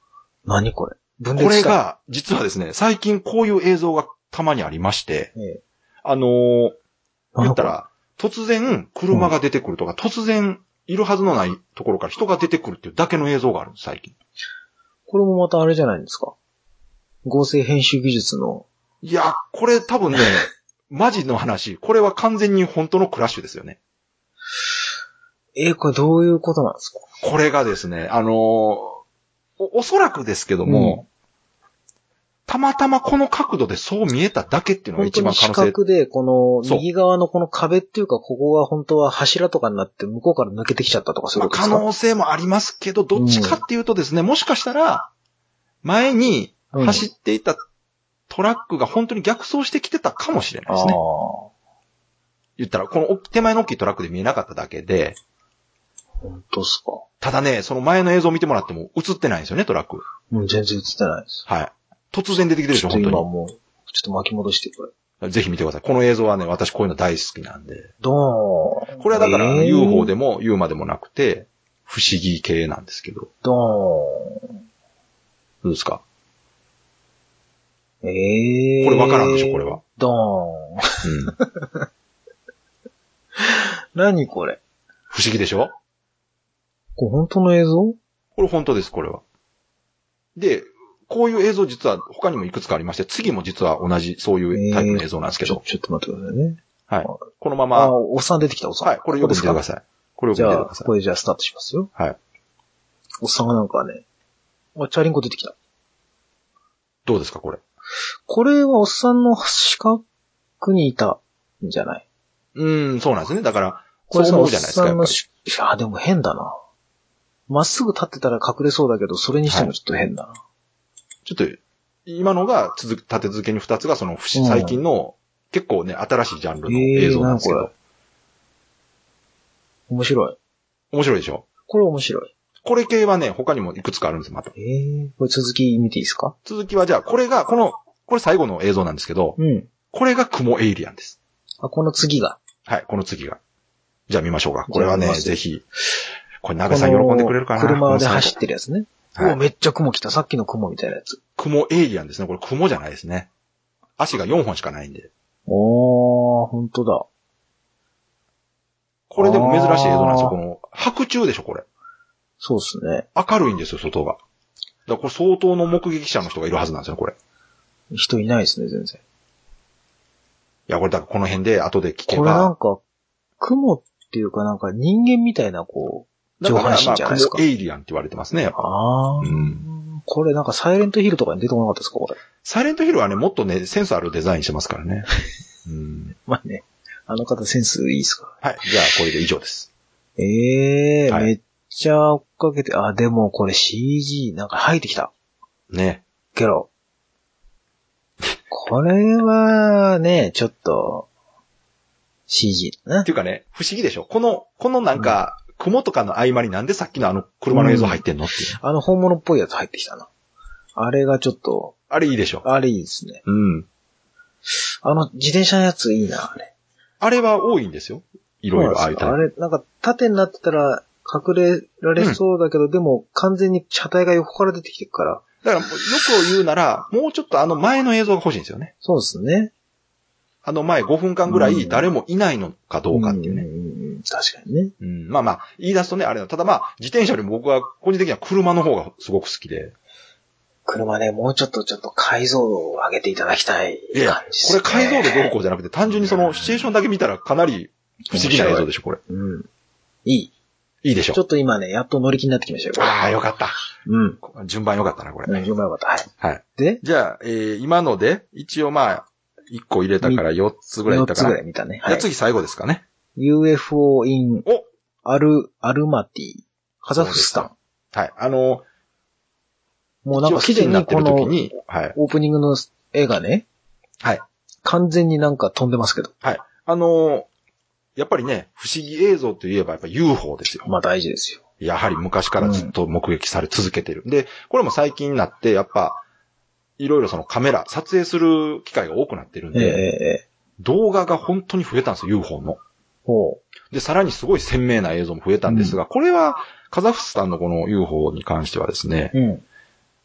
S1: 何これ分
S2: こ
S1: 裂
S2: れ
S1: した。
S2: が、実はですね、最近こういう映像がたまにありまして、
S1: ええ
S2: あのー、言った
S1: あ
S2: ら、突然車が出てくるとか、突然いるはずのないところから人が出てくるっていうだけの映像があるんです、最近。
S1: これもまたあれじゃないんですか合成編集技術の、
S2: いや、これ多 分ね、マジの話、これは完全に本当のクラッシュですよね。
S1: えーこれどういうことなんですか
S2: これがですね、あのーお、おそらくですけども、たまたまこの角度でそう見えただけっていうのが
S1: 本
S2: 一
S1: 当
S2: 番
S1: に
S2: 可
S1: 四
S2: 能性。
S1: 角で、こ
S2: そ
S1: の
S2: う
S1: 右側のこの壁っていうか、ここが本当は柱とかになって向こうから抜けてきちゃったとかそうい
S2: ま
S1: う
S2: あ、
S1: ことで
S2: 可
S1: すか、
S2: 能性もありますけど、どっちかっていうとですね、もしかしたら、前に
S1: うん
S2: 走っていたトラックが本当に逆走してきてたかもしれないですね。言ったら、このお手前の大きいトラックで見えなかっただけで、
S1: ああ、本当っすか。
S2: ただね、その前の映像を見てもらっても映ってないんですよね、トラック。
S1: うん、全然映ってないです。
S2: はい。突然出てきてるでし
S1: ちょ
S2: ょ、
S1: っと
S2: 本
S1: 今
S2: 当
S1: もう、ちょっと巻き戻してこれ。
S2: に。ぜひ見てください。この映像はね、私こういうの大好きなんで。
S1: ドーン。
S2: これはだから、
S1: えー
S2: UFO でも UMA でもなくて、不思議系なんですけど。
S1: ド
S2: どうですか
S1: ーン。ええー。
S2: これわからんでしょ、これは。
S1: ドーン。
S2: うん。
S1: 何これ
S2: 不思議でしょ
S1: これ本当の映像
S2: これ本当です、これは。で、こういう映像実は他にもいくつかありまして、次も実は同じそういうタイプの映像なんですけ
S1: ちょ
S2: ど、
S1: ちょっと待ってくださいね。
S2: このま
S1: あ、
S2: ま、
S1: おっさん出てきた、おっさん。
S2: はい、これよく見てくだ
S1: い。
S2: さい。これよく
S1: じ
S2: 見
S1: ゃ
S2: て
S1: あ、
S2: ください。
S1: これじゃあスタートしますよ。
S2: はい。
S1: おっさんがなんかね、あ、チャリンコ出てきた。
S2: どうですか、これ。
S1: これはおっさんの四角にいたんじゃないう
S2: ーん、そうなんですね。だから、
S1: これ
S2: そう
S1: さ、
S2: 思
S1: おっ
S2: うじゃないですか、
S1: さ
S2: や
S1: ん
S2: っ
S1: の
S2: ぱり。
S1: し、いや、でも変だな。まっすぐ立ってたら隠れそうだけど、それにしてもちょっと変だな。
S2: ちょっと、今のが続く、立て続けに2つがその不思、
S1: うん
S2: 最近の結構ね、新しいジャンルの映像なんですけ
S1: えーな
S2: ど
S1: ん、面白い。
S2: 面白いでしょ
S1: これ面白い。
S2: これ系はね、他にもいくつかあるんですよ、また。
S1: ええこれ続き見ていいですか
S2: 続きはじゃあ、これが、この、これ最後の映像なんですけど、
S1: うん。
S2: これが雲エイリアンです。
S1: あ、この次が。
S2: はい、この次が。じゃあ見ましょうか。これは
S1: じゃあ見
S2: ね、
S1: ます
S2: ぜひ、これ、鍋さん喜んでくれるかな
S1: この車で走ってるやつね。
S2: この
S1: う
S2: 最
S1: わ、
S2: 後はい。
S1: めっちゃ雲来た。さっきの雲みたいなやつ。
S2: 雲エイリアンですね。これ雲じゃないですね。足が4本しかないんで。
S1: おー、ほんとだ。
S2: これでも珍しい映像なんですよ。
S1: あー
S2: この、白昼でしょ、これ。
S1: そうっすね。
S2: 明るいんですよ、外が。だからこれ相当の目撃者の人がいるはずなんですよ、これ。い
S1: 人いないですね、全然。
S2: や、これだからこの辺で後で聞け
S1: これな
S2: ば。
S1: んか、雲っていうかなんか人間みたいな、こ
S2: だか
S1: 上
S2: ら
S1: 半身じゃないですか
S2: まあ雲エイリアンって言われてますね。やっ
S1: う。
S2: ぱ
S1: あー。
S2: うん
S1: これなんかサイレントヒルとかに出てこなかったですかこれ。
S2: サイレントヒルはね、もっとね、センスあるデザインしてますからね。うん。
S1: まあね。あの方センスいいっすか
S2: はい。じゃあ、これで以上です。
S1: ええ
S2: はい
S1: めっちゃ追っかけて、あ、でもこれ CG なんか入ってきた。
S2: ね。
S1: けど、これはね、ちょっと、CG だ
S2: っ
S1: な
S2: て。いうかね、不思議でしょこの、このなんか、雲とかの合間になんでさっきのあの車の映像入ってんのっていう。
S1: あの本物っぽいやつ入ってきたな。あれがちょっと、
S2: あれいいでしょ
S1: あれいいですね。
S2: うん。
S1: あの自転車のやついいな、あれ。
S2: あれは多いんですよ。い
S1: い
S2: ろいろああいうタイ
S1: あ
S2: プ。
S1: れ、なんか縦になってたら隠れられそうだけど、でも完全に車体が横から出てきてるから、
S2: だから、よく言うなら、もうちょっとあの前の映像が欲しいんですよね。
S1: そうですね。
S2: あの前5分間ぐら
S1: う
S2: い
S1: ん
S2: 誰もいないのかどうかっていうね。
S1: んんうん確かにね。
S2: うん。まあまあ、言い出すとね、あれだ。ただまあ、自転車よりも僕は個人的には車の方がすごく好きで。
S1: 車ね、もうちょっとちょっと解像度を上げていただきたい
S2: いやいや
S1: 感じ、
S2: これ解像度どう
S1: こ
S2: こうじゃなくて、単純にそのシチュエーションだけ見たらかなり不思議な映像でしょ、これ。
S1: ううん。いい。
S2: いいでしょ
S1: ちょ。っと今ね、やっと乗り気になってきましたよ。
S2: ああ、よかった。
S1: うん。
S2: こ順番よかったな、これ。
S1: うん、よかった。はい。
S2: はい。
S1: で、
S2: じゃあ、えー、今ので、一応まあ、1個入れたから4つぐらいいっ
S1: 4
S2: た
S1: つ
S2: か
S1: ぐ
S2: ら。
S1: らい
S2: じ
S1: 見たね。は
S2: ゃあ
S1: い。
S2: 次最後ですかね。
S1: UFO in
S2: お
S1: アル、アルマティ、カザフスタン。
S2: はい。あの、
S1: もうなん
S2: 一応
S1: か
S2: 好
S1: す
S2: き
S1: で
S2: にな
S1: に
S2: って
S1: こ
S2: る
S1: の
S2: 時に、はい。
S1: オープニングの絵がね、
S2: はい。
S1: 完全になんか飛んでますけど。
S2: あの、やっぱりね、不思議映像といえばやっぱ UFO ですよ。
S1: まあ大事ですよ。
S2: やはり昔からずっと目撃され続けてる。で、これも最近になって、やっぱ、いろいろそのカメラ、撮影する機会が多くなってるん
S1: えええ
S2: で、
S1: えええ
S2: 動画が本当に増えたんですよ、UFO の。
S1: ほ
S2: で、さらにすごい鮮明な映像も増えたんですが、これは、カザフスタンのこの UFO に関してはですね、
S1: う。うん。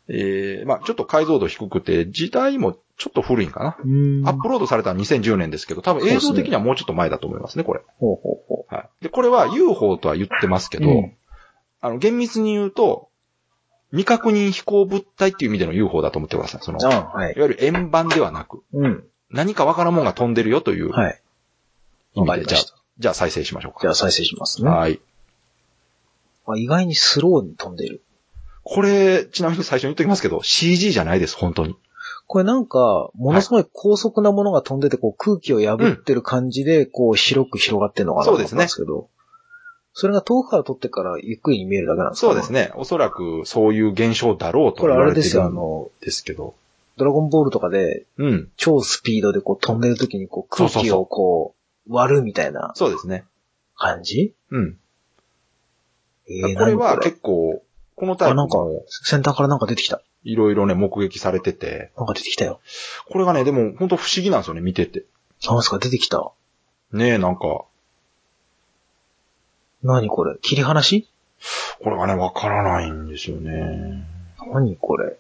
S2: ええまあちょっと解像度低くて、時代もちょっと古いんかな。
S1: うん
S2: アップロードされたのは2010年ですけど、多分映像的にはもうちょっと前だと思いますね、これ。
S1: ほうほうほ
S2: はい。で、これは UFO とは言ってますけ
S1: う。
S2: ど、あの、厳密に言うと、未確認飛行物体っていう意味での UFO だと思ってください。その、い
S1: あ
S2: わ
S1: はい。
S2: ゆる円盤ではなく、
S1: うん。
S2: 何かわからんもんが飛んでるよという
S1: はい。
S2: 意
S1: わか
S2: 味
S1: り
S2: で、
S1: ま
S2: じゃあ
S1: し、た。
S2: じゃあ再生しましょうか。
S1: じゃあ再生しますね。
S2: はい。
S1: あ意外にスローに飛んでる。
S2: これ、ちなみに最初に言っときますけど、CG じゃないです、本当に。
S1: これなんか、ものすごい高速なものが飛んでて、こう空気を破ってる感じで、こう広く広がってるのかな
S2: そうですね
S1: と思ったんですけど、それが遠くから撮ってからゆっくりに見えるだけなんですか
S2: そうです
S1: ね。
S2: ね。おそらく、そういう現象だろうと
S1: こ
S2: は
S1: れあ
S2: 言わ
S1: れ
S2: れて
S1: で
S2: る
S1: すよ、あ
S2: ん
S1: の、
S2: ですけど。
S1: ドラゴンボールとかで、
S2: うん。
S1: 超スピードでこう飛んでる時にこう空
S2: そうそう
S1: 気
S2: そ
S1: をこう割るみたいな
S2: そうですね。
S1: 感じ
S2: うん。
S1: えー
S2: これ
S1: 何
S2: は結構、このタイ
S1: あ、
S2: プ
S1: なんか
S2: も、
S1: 先端からなんか出てきた。
S2: いろいろね、目撃されてて、
S1: なんか出てきたよ。
S2: これがね、でも本当不思議なんですよね、見てて。
S1: なんですか出てきた。
S2: ねえ、なんか、こ
S1: 何これ切り離し
S2: れがね、わからないんですよね。
S1: 何これ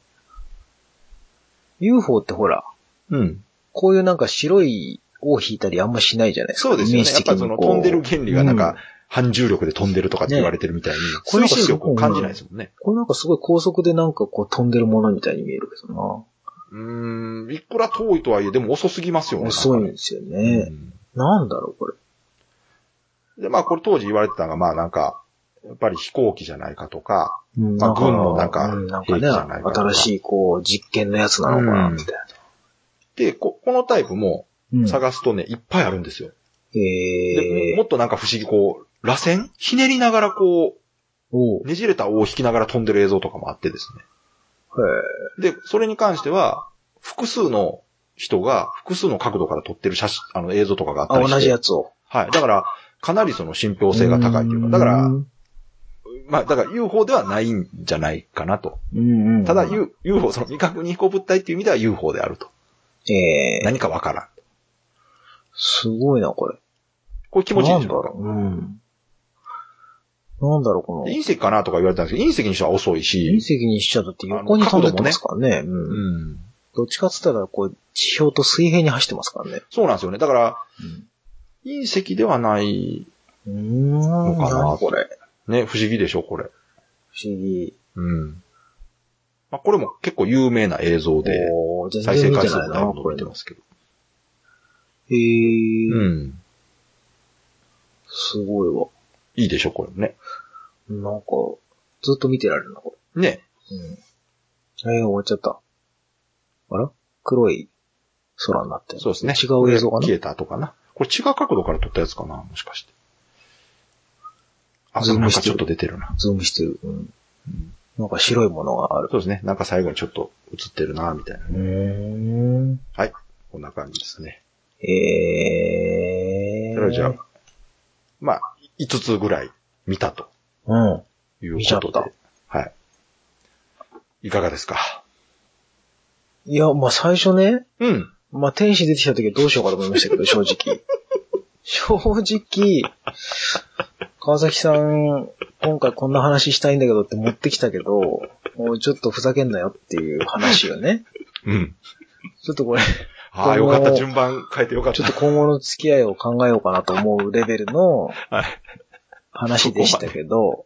S1: ?UFO ってほら、
S2: うん。
S1: こういうなんか白い尾を引いたりあんましないじゃないですか。
S2: そうですよ
S1: イメー
S2: ね。
S1: ジ
S2: やっ
S1: 的
S2: ぱ
S1: に
S2: その
S1: こう
S2: 飛んでる原理がなん
S1: う
S2: か、反重力で飛んでるとかって言われてるみたいに、
S1: これな
S2: 推
S1: んか
S2: 進
S1: すご
S2: 力
S1: い
S2: を感じないですもんね。
S1: これなんかすごい高速でなんかこう飛んでるものみたいに見えるけどな。
S2: うーん、いくら遠いとはいえ、でも遅すぎますよね。
S1: 遅いん
S2: なんか
S1: ですよ
S2: ね
S1: ね。
S2: うん
S1: なんだろうこれ。
S2: で、まあこれ当時言われてたのが、まあなんか、やっぱり飛行機じゃないかとか、
S1: うん
S2: まあ軍のなんか
S1: うんなんか
S2: 兵器じ
S1: ね、
S2: ゃないかとか
S1: 新しいこう、実験のやつなのかな、みたい
S2: で、ここのタイプも
S1: な。うん。
S2: 探すとね、いっぱいあるんですよ。で
S1: え
S2: も
S1: ー、
S2: っとなんか不思議こう、螺旋ひねりながらこ
S1: おう
S2: う、ねじれた尾を引きながら飛んでる映像とかもあってです
S1: へ
S2: ね。で、それに関しては、複数の人が複数の角度から撮ってる写真、あの映像とかがあった
S1: あ、
S2: りして。
S1: 同じやつを。
S2: はい。だから、かなりその信憑性が高いというか、だから、
S1: うん
S2: まあ、だから UFO ではないんじゃないかなと。
S1: うんうん。
S2: ただ、U- UFO、その未確認飛行物体っていう意味では UFO であると。
S1: えー、
S2: 何かわからん。
S1: すごいな、これ。
S2: これ気持ちいいでしょ
S1: なんだろう。うん。なんだろう、この。
S2: で隕石かなとか言われたんですけど、隕石にしては遅い
S1: 隕
S2: し、
S1: 石にしちゃうとって横に飛んでってますからね。
S2: う
S1: うん。
S2: ん。
S1: どっちかっつったら、こう、地表と水平に走ってますからね。
S2: そうなんですよね。だから、隕石ではない、
S1: うん。うーん。
S2: のかな
S1: 何これ。
S2: ね、不思議でしょ、これ。
S1: 不思議。
S2: うん。まあ、これも結構有名な映像で、
S1: おー全
S2: 再
S1: 然
S2: 生
S1: 見
S2: 回
S1: て
S2: 数
S1: ない
S2: もだ
S1: な、
S2: いぶ伸
S1: これ
S2: びて
S1: で
S2: ま
S1: も。
S2: すけど。
S1: へー。
S2: うん。
S1: すごいわ。
S2: いいでしょ、これもね。
S1: なんか、ずっと見てられるな、こ
S2: ね。
S1: れ。うん。えー、終わっちゃった。あら黒い空になってる。
S2: そうですね。
S1: 違う映像かな
S2: これ消えたとかな。ここれ違う角度から撮ったやつかなもしかして。あ、
S1: ズ
S2: そ
S1: ー
S2: う、
S1: ム
S2: なん
S1: し
S2: か
S1: て
S2: ち
S1: る
S2: ょっと出てるな。
S1: ズームしてる。うん。なんか白いものがある。
S2: そうですね。なんか最後にちょっと映ってるな、みたいな。
S1: うーん。
S2: はい。こんな感じですね。
S1: え
S2: そ
S1: ー。
S2: れはじゃあ、まあ、5つぐらい見たと
S1: うん。
S2: いう
S1: 見ちゃ
S2: こ
S1: っ
S2: と
S1: た
S2: で。はい。いかがですか
S1: いや、まあ最初ね、
S2: うん。
S1: まあ天使出てきた時はどうしようかと思いましたけど、正直。正直、川崎さん、今回こんな話したいんだけどって持ってきたけど、もうちょっとふざけんなよっていう話よね。
S2: うん。
S1: ちょっとこれ、
S2: ああ、
S1: こ
S2: よ
S1: の
S2: かった。順番変えてよかっ
S1: ちょ
S2: た
S1: っ。と今後の付き合いを考えようかなと思うレベルの
S2: はい。
S1: 話でしたけど、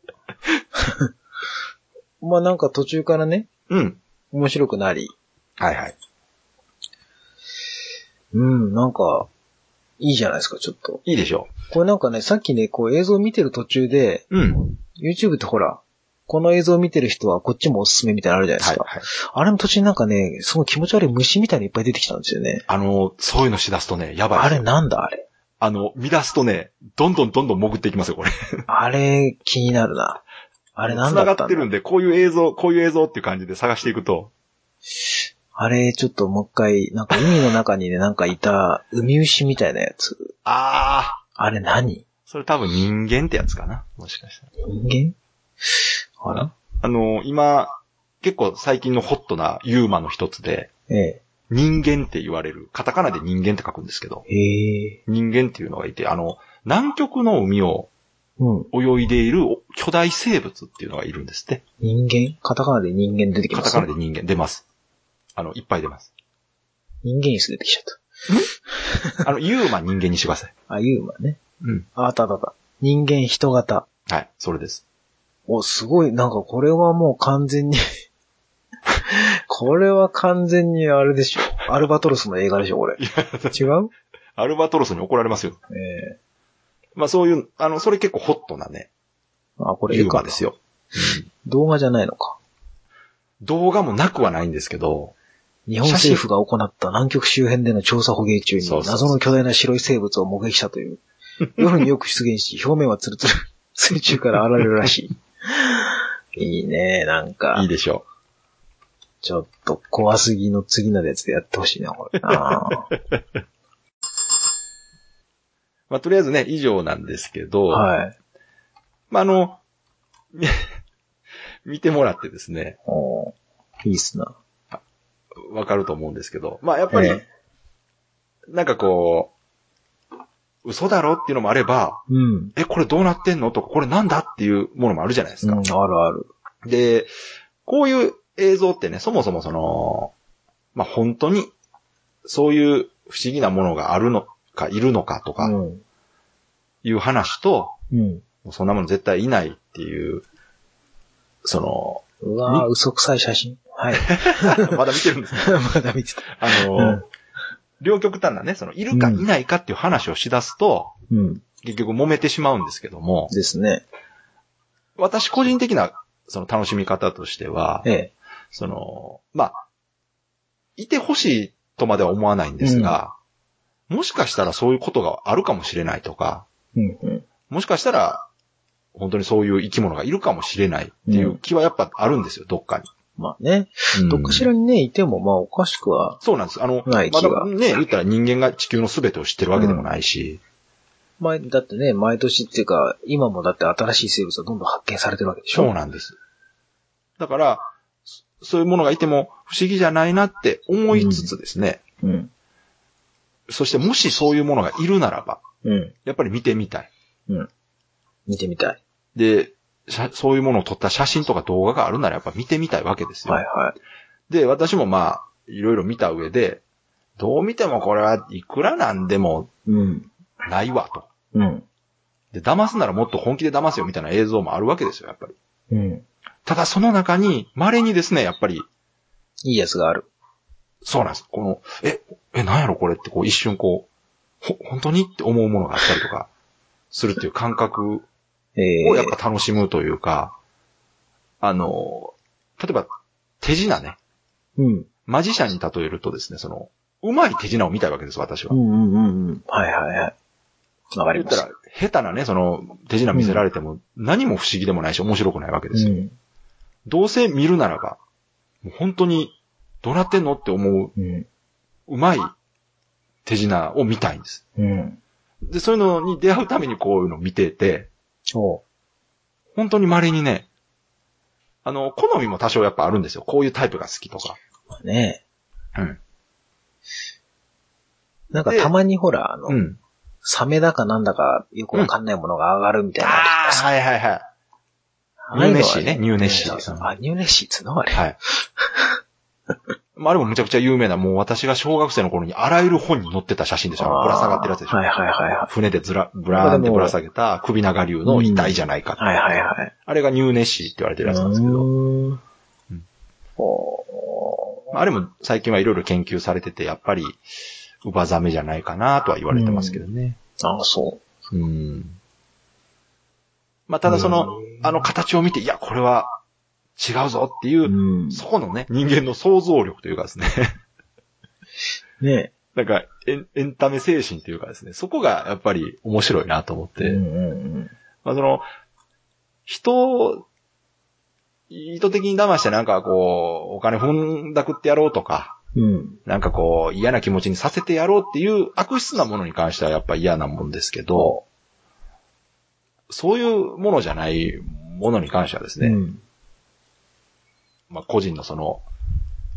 S1: まあなんか途中からね、
S2: うん。
S1: 面白くなり、
S2: はいはい。
S1: うん、なんか、いいじゃないですか、ちょっと。
S2: いいでしょ
S1: これなんかね、さっきね、こう映像見てる途中で、
S2: う。うん。
S1: YouTube ってほら、この映像見てる人はこっちもおすすめみたいなのあるじゃないで
S2: はい
S1: すか。
S2: は
S1: あ
S2: い。
S1: れの途中になんかね、その気持ち悪い虫みたいにいっぱい出てきたんですよね。
S2: あの、そういうのしだすとね、やばい。
S1: あれなんだあれ。
S2: あの、見出すとね、どんどんどんどん潜っていきますよ、これ。
S1: あれ気になるな。あれなんだったん
S2: 繋が
S1: だ
S2: ってるんで、こういう映像、こういう映像っていう感じで探していくと。
S1: あれ、ちょっともう一回、なんか海の中にね、なんかいた、海牛みたいなやつ。
S2: ああ、
S1: あれ何
S2: それ多分人間ってやつかな。もしかしたら。
S1: 人間あら
S2: あの、今、結構最近のホットなユーマの一つで、
S1: え
S2: 人間って言われる。カタカナで人間って書くんですけど、
S1: え。へえ。
S2: 人間っていうのがいて、あの、南極の海を
S1: うん。
S2: 泳いでいる巨大生物っていうのがいるんですって。
S1: 人間カタカナで人間出てき
S2: カ
S1: ま
S2: タ
S1: す。
S2: カナで人間出ます。あの、いっぱい 出ます。
S1: 人間椅子出てきちゃっ
S2: あの、ユーマ人間にしてください。
S1: た。あ、ユーマね。
S2: うん。
S1: あ、あったあったあった。人間人型。
S2: はい、それです。
S1: お、すごい。なんかこれはもう完全に。 これは完全にあれでしょ。アルバトロスの映画でしょ、これ。違う
S2: アルバトロスに怒られますよ。
S1: ええ
S2: まあそういう、あの、それ結構ホットなね、
S1: あ、これ
S2: ユ
S1: 映
S2: ー
S1: 画
S2: マ
S1: で。
S2: ですすよ。
S1: 動画じゃないのか。
S2: 動画もなくはないんですけど、
S1: 日本政府が行った南極周辺での調査捕鯨中に
S2: そうそうそう
S1: 謎の巨大な白い生物を目撃したという。夜によく出現し、表面はツルツル、水中から現れるらしい。 いいね、なんか
S2: いい。でしょ
S1: ちょっと怖すぎの次のやつでやってほしいな、これ。 あー
S2: う。まあとりあえずね、以上なんですけど、
S1: はい。
S2: まああの、 み見てもらってですね、
S1: おーいいっすな。
S2: わかると思うんですけど、まあやっぱり、
S1: ええ
S2: なんかこう、嘘だろっていうのもあれば、
S1: うん。
S2: え、これどうなってんのとか、これなんだっていうものもあるじゃないです
S1: う
S2: か。
S1: ん、あるある。
S2: で、こういう映像ってね、そもそもその、まあ、本当に、そういう不思議なものがあるのか、いるのかと
S1: う
S2: か、
S1: ん。
S2: いう話と、
S1: うん。
S2: そんなもの絶対いないっていう、そう
S1: わぁ、
S2: に
S1: 嘘くさい写真。はい。
S2: の、 まだ見てるんですね。
S1: まだ見てた。
S2: あの、
S1: うん
S2: 両極端なね、その、いるかいないかっていう話をしだすと、
S1: うん。
S2: 結局揉めてしまうんですけども、
S1: ですね。
S2: 私個人的な、その楽しみ方としては、
S1: ええ。
S2: その、まあ、いてほしいとまでは思わないんですが、もしかしたらそういうことがあるかもしれないとか、
S1: うん、うん。
S2: もしかしたら、本当にそういう生き物がいるかもしれないっていう気はやっぱあるんですよ、どっか
S1: まあね。
S2: に。
S1: どっかしらにね、いても、まあおかしくは
S2: そうなんです。あの、
S1: ない
S2: ま
S1: 気が
S2: だね、言ったら人間が地球の全てを知ってるわけでもないし、
S1: 前、だってね、毎年っていうか、今もだって新しい生物はどんどん発見されてるわけでしょ
S2: そうなんです。だから、そそういうものがいても不思議じゃないなって思いつつですね、
S1: うん。
S2: そしてもしそういうものがいるならば、
S1: うん。
S2: やっぱり見てみたい。
S1: 見てみたい。
S2: で、写そういうものを撮った写真とか動画があるならやっぱ見てみたいわけですよ。
S1: はいはい。
S2: で、私もまあ、いろいろ見た上で、どう見てもこれはいくらなんでも
S1: うん。
S2: ないわと。
S1: うん。
S2: で、騙すならもっと本気で騙すよみたいな映像もあるわけですよ、やっぱり。
S1: うん。
S2: ただその中に、稀にですね、やっぱり、
S1: いいやつがある。
S2: そうなんです。この、え、え、なんやろこれってこう一瞬こう、ほ、本当にって思うものがあったりとか、するっていう感覚
S1: ええ
S2: をやっぱ楽しむというか、あの、例えば、手品ね。
S1: うん。
S2: マジシャンに例えるとですね、その、うまい手品を見たいわけです、私
S1: う
S2: は。
S1: んうんうんうん。はいはいはい。わか
S2: 言
S1: り
S2: っ
S1: ま
S2: た
S1: す。
S2: ら、下手なね、その、手品見せられても、何も不思議でもないし、面白くないわけですよ。
S1: うん
S2: どうせ見るならば、もう本当に、どうなってんのって思う、
S1: うん。
S2: うまい手品を見たいんです。
S1: うん。
S2: で、そういうのに出会うためにこういうのを見てて、
S1: そ
S2: 本当に稀にね、あの、好みも多少やっぱあるんですよ。こういうタイプが好きとか。
S1: う。ね
S2: うん。
S1: なんか
S2: で
S1: たまにほら、あの、
S2: うん。
S1: サメだかなんだかよくわかんないものが上がるみたいな。
S2: ああ、はいはいはい。
S1: ああいうのは
S2: ニューネッシーねニューネッシー
S1: うんそうそうあ、ニューネッシーっつうのあれ。
S2: はい。まあ、あれもむちゃくちゃ有名な、もう私が小学生の頃にあらゆる本に載ってた写真でしょ。ぶら下がってるやつでしょ。
S1: はいはいはいは
S2: 船でずら、ぶらーんってぶら下げた首長竜の遺体じゃないかって、
S1: い。はいはいはい。
S2: あれがニューネッシーって言われてるやつなんですけど、
S1: うー
S2: うん
S1: ん。おー
S2: まああれも最近はいろいろ研究されてて、やっぱり、ウバザメじゃないかなとは言われてますけどね。
S1: ああ、そ
S2: うん。まあ、ただその
S1: う、ん。
S2: あの形を見て、いや、これは違うぞっていうう、
S1: うん
S2: そこのね、人間の想像力というかですね。
S1: ね
S2: なんかエン、エンタメ精神というかですね、そこがやっぱり面白いなと思っ
S1: う
S2: て、
S1: んうん
S2: まあその、人を、意図的に騙してなんかこう、お金踏んだくってやろうとか、
S1: うん。うん。
S2: なんかこう、嫌な気持ちにさせてやろうっていう悪質なものに関してはやっぱ嫌なもんですけど、そういうものじゃないものに関してはですね、
S1: うん
S2: まあ個人のその、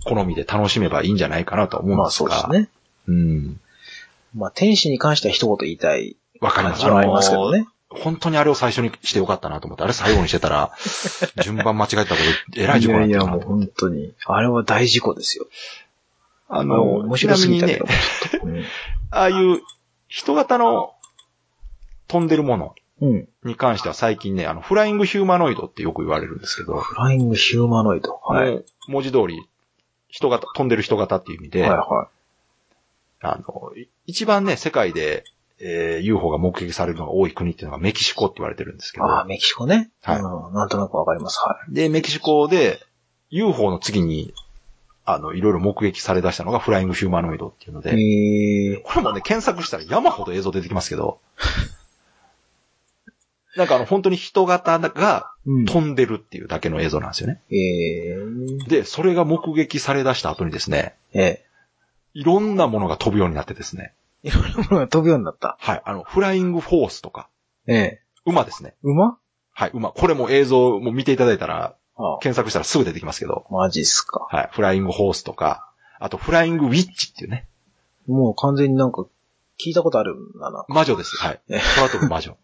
S2: 好みで楽しめばいいんじゃないかなと思うん
S1: まあ
S2: です
S1: そ
S2: が、
S1: うですね。
S2: うん。
S1: まあ天使に関しては一言言いたい
S2: わかり
S1: 感
S2: ます。
S1: じはありますけどね。
S2: 本当にあれを最初にしてよかったなと思って、あれ最後にして たら、順番間違えたこと、えらい事故になっ
S1: い
S2: て
S1: や
S2: る
S1: いや、も
S2: な
S1: う
S2: と。
S1: 本当に。あれは大事故ですよ。
S2: あ
S1: あの、面
S2: ち
S1: 白
S2: な
S1: す
S2: み
S1: ぎ
S2: に
S1: たけ
S2: ね
S1: ど、、ちょっとうん
S2: ああいう人型の飛んでるもの
S1: うん。
S2: に関しては最近ね、あの、フライングヒューマノイドってよく言われるんですけど、
S1: フライングヒューマノイド。はい。
S2: もう文字通り、人型、飛んでる人型っていう意味で、
S1: はいは
S2: あの、い一番ね、世界で、えー UFO が目撃されるのが多い国っていうのがメキシコって言われてるんです
S1: い。
S2: けど、
S1: ああ、メキシコね。
S2: はい
S1: うんなんとなくわかります。は
S2: で、メキシコで UFO の次に、あの、いろいろ目撃され出したのがフライングヒューマノイドっていうので、
S1: い。え
S2: これもね、検索したら山ほど映像出てきますけど、なんかあの、本当に人型が
S1: ー。
S2: 飛んでるっていうだけの映像なんですよね。
S1: えー。
S2: で、それが目撃され出した後にですね、
S1: ええ。
S2: いろんなものが飛ぶようになってですね、
S1: いろんなものが飛ぶようになった。
S2: はい、あの、フライングフォースとか、
S1: ええ。
S2: 馬ですね。
S1: 馬
S2: はい、馬。これも映像も見ていただいたら、
S1: ああ
S2: 検索したらすぐ出てきますけど、
S1: マジっすか。
S2: はい、フライングホースとか、あとフライングウィッチっていうね、
S1: もう完全になんか、聞いたことあるな、なんか。
S2: 魔女です。はい。
S1: え
S2: 空飛 ぶ魔女。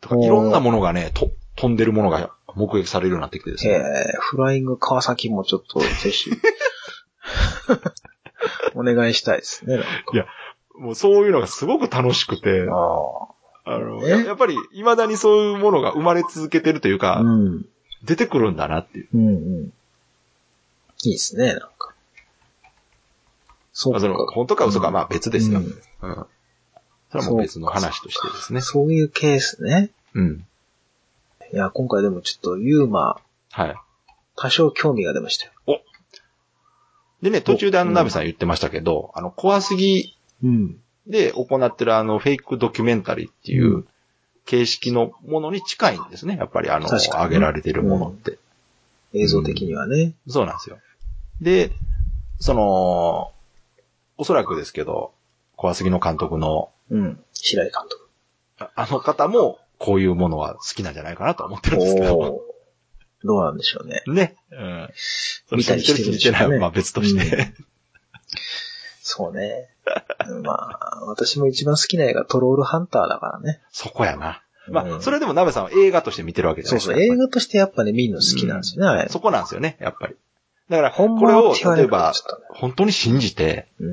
S2: とか、
S1: おー
S2: いろんなものがね、と、飛んでるものが目撃されるようになってきてです
S1: え
S2: ね。
S1: え、フライング川崎もちょっと、ぜ ひ、お願いしたいですね。なんか
S2: もうそういうのがすごく楽しくて、
S1: あ
S2: あの、
S1: え
S2: ややっぱり未だにそういうものが生まれ続けてるという
S1: あ。
S2: か
S1: う、ん。
S2: 出てくるんだなっていう。
S1: うんうん。いいですね、なんか。そう
S2: まあ、その、
S1: か。
S2: 本当か嘘か
S1: うん
S2: まあ別ですよ。
S1: う
S2: うんん。それはもう別の話としてですね。
S1: そういうケースね。
S2: うん。
S1: いや、今回でもちょっと、ユーマ、
S2: はい。
S1: 多少興味が出ましたよ。
S2: でね、途中であの、ナベさん言ってましたけど、あの、怖すぎ
S1: うん。
S2: で行ってるあの、フェイクドキュメンタリーっていうう形式のものに近いんですね。やっぱりあの、
S1: 確かに
S2: 上げられてるものって。
S1: 映像的にはね。
S2: そうなんですよ。で、その、おそらくですけど、怖すぎの監督の、
S1: うん。白井監督。
S2: ああの方も、こういうものは好きなんじゃないかなと思ってるんですけど、
S1: おーどうなんでしょうね。
S2: ね。うん。それ
S1: 見たりしてるん
S2: 信
S1: でし
S2: じて
S1: ょうね
S2: る信じてないはまあ別として。
S1: そうね。まあ、私も一番好きな映画、トロールハンターだからね。
S2: そこやな。ま
S1: う
S2: あ、
S1: ん
S2: それでも鍋さんは映画として見てるわけじゃな
S1: そ
S2: いう
S1: そ
S2: ですか。
S1: う、映
S2: やっ
S1: 画としてやっぱね、見るの好きなんですよね、あ
S2: ぱり
S1: れ。
S2: そこなんですよね、やっぱり。だから、
S1: ほん
S2: これ
S1: ま
S2: を
S1: は違う、
S2: 例えば
S1: ち、ょっとね
S2: 本当に信じて、
S1: うん。
S2: う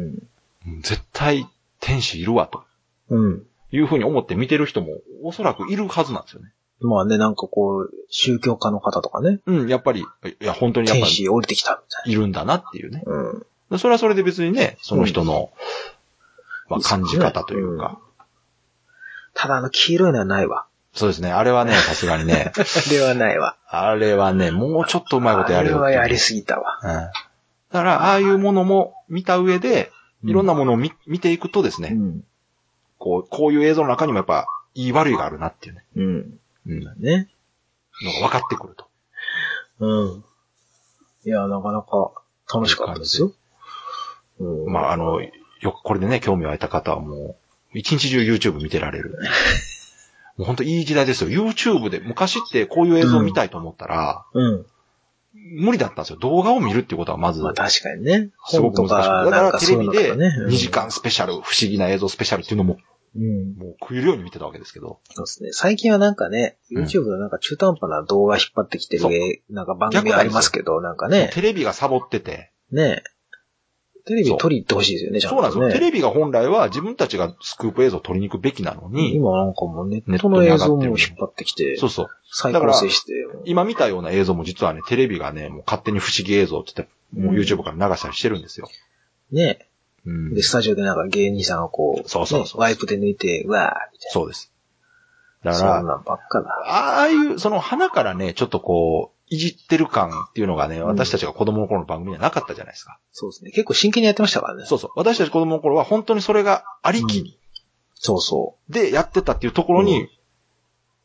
S2: ん絶対天使いるわ、と
S1: うん。
S2: いうふうに思って見てる人も、おそらくいるはずなんですよね。
S1: まあね、なんかこう、宗教家の方とかね、
S2: うん、やっぱり、いや、本当にやっぱ
S1: 天
S2: り
S1: 使降りてきたみたい
S2: いるんだなっていうね。
S1: な。うん。
S2: それはそれで別にね、その人の、ま
S1: そ
S2: あ、
S1: う
S2: 感
S1: です
S2: じ
S1: ね
S2: 方というか。
S1: ただあの黄色いのはない わ。
S2: そうですね。あれはね、さすがに ね、
S1: ではないわ。
S2: あれはね、もうちょっとうまいことや
S1: あ
S2: れ
S1: れ
S2: よっ
S1: は
S2: ていう。
S1: やりすぎたわ。
S2: うん。だから、ああいうものも見た上で、いろん
S1: な、
S2: なものを見見ていくとです
S1: う
S2: ね、
S1: ん。
S2: こう、こういう映像の中にもやっぱ、言い悪いがあるなっていうね。
S1: うん。
S2: うん。の
S1: ね。
S2: が分かってくると。
S1: うん。いや、なかなか楽しかったですよ。うん、
S2: まあ、あの、よくこれでね、興味を得た方はもう、一日中 YouTube 見てら れる。もう本当いい時代ですよ。YouTube で、昔ってこういう映像を見たいと思ったら、
S1: うん。
S2: 無理だったんですよ。動画を見るっていうことはまず
S1: まあ、確かにね。
S2: すご
S1: 本
S2: く
S1: と
S2: 難し
S1: か、
S2: い。だか
S1: なん
S2: ら
S1: か
S2: テ
S1: そ
S2: レ
S1: ういう
S2: ビ
S1: のと
S2: で
S1: かね。
S2: 2時間スペシャル、不思議な映像スペシャルっていうのも、
S1: うん。うん。
S2: もう食えるように見てたわけですけど、
S1: そうですね。最近はなんかね、
S2: うん
S1: YouTube のなんか中途半端な動画引っ張ってきて
S2: そう
S1: る、えなんか番組ありますけど、なんかね、
S2: テレビがサボってて、
S1: ね。テレ
S2: そ
S1: ビ
S2: う
S1: 取りに行ってほしいですよね、ちゃん
S2: そ
S1: と、ね。
S2: うなんですよ。テレビが本来は自分たちがスクープ映像を撮りに行くべきなのに、
S1: 今なんかもうネットの映像も引っ張ってきて、
S2: そうそう。
S1: 再構成して。
S2: 今見たような映像も実はね、テレビがね、もう勝手に不思議映像って言って、もう YouTube から流したりしてるんですよ。
S1: ね。
S2: うん
S1: で、スタジオでなんか芸人さんをこう、
S2: そうそうそう
S1: ねワイプで抜いて、うわー、み
S2: そうです。だ
S1: たい
S2: か
S1: な。そん
S2: ら、
S1: なんばっかだ。
S2: ああいう、その花からね、ちょっとこう、いじってる感っていうのがね、
S1: ん
S2: 私たちが子供の頃の番組にはなかったじゃないですか。
S1: そうですね。結構真剣にやってましたからね。
S2: そうそう。私たち子供の頃は本当にそれがありきに、
S1: そうそ
S2: でやってたっていうところ
S1: う
S2: に、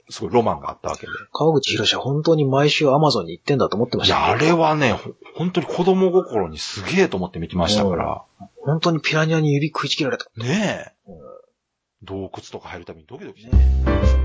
S2: すごいロマンがあったわけで。
S1: う。川口博士は本当に毎週アマゾンに行ってんだと思ってま
S2: い
S1: した
S2: や、
S1: よ
S2: あれはね、ほ本当に子供心にすげえと思って見てましたから、
S1: 本当にピラニアに指食いちぎられた。
S2: ねえ
S1: うん、
S2: 洞窟とか入るためにドキドキして
S1: ね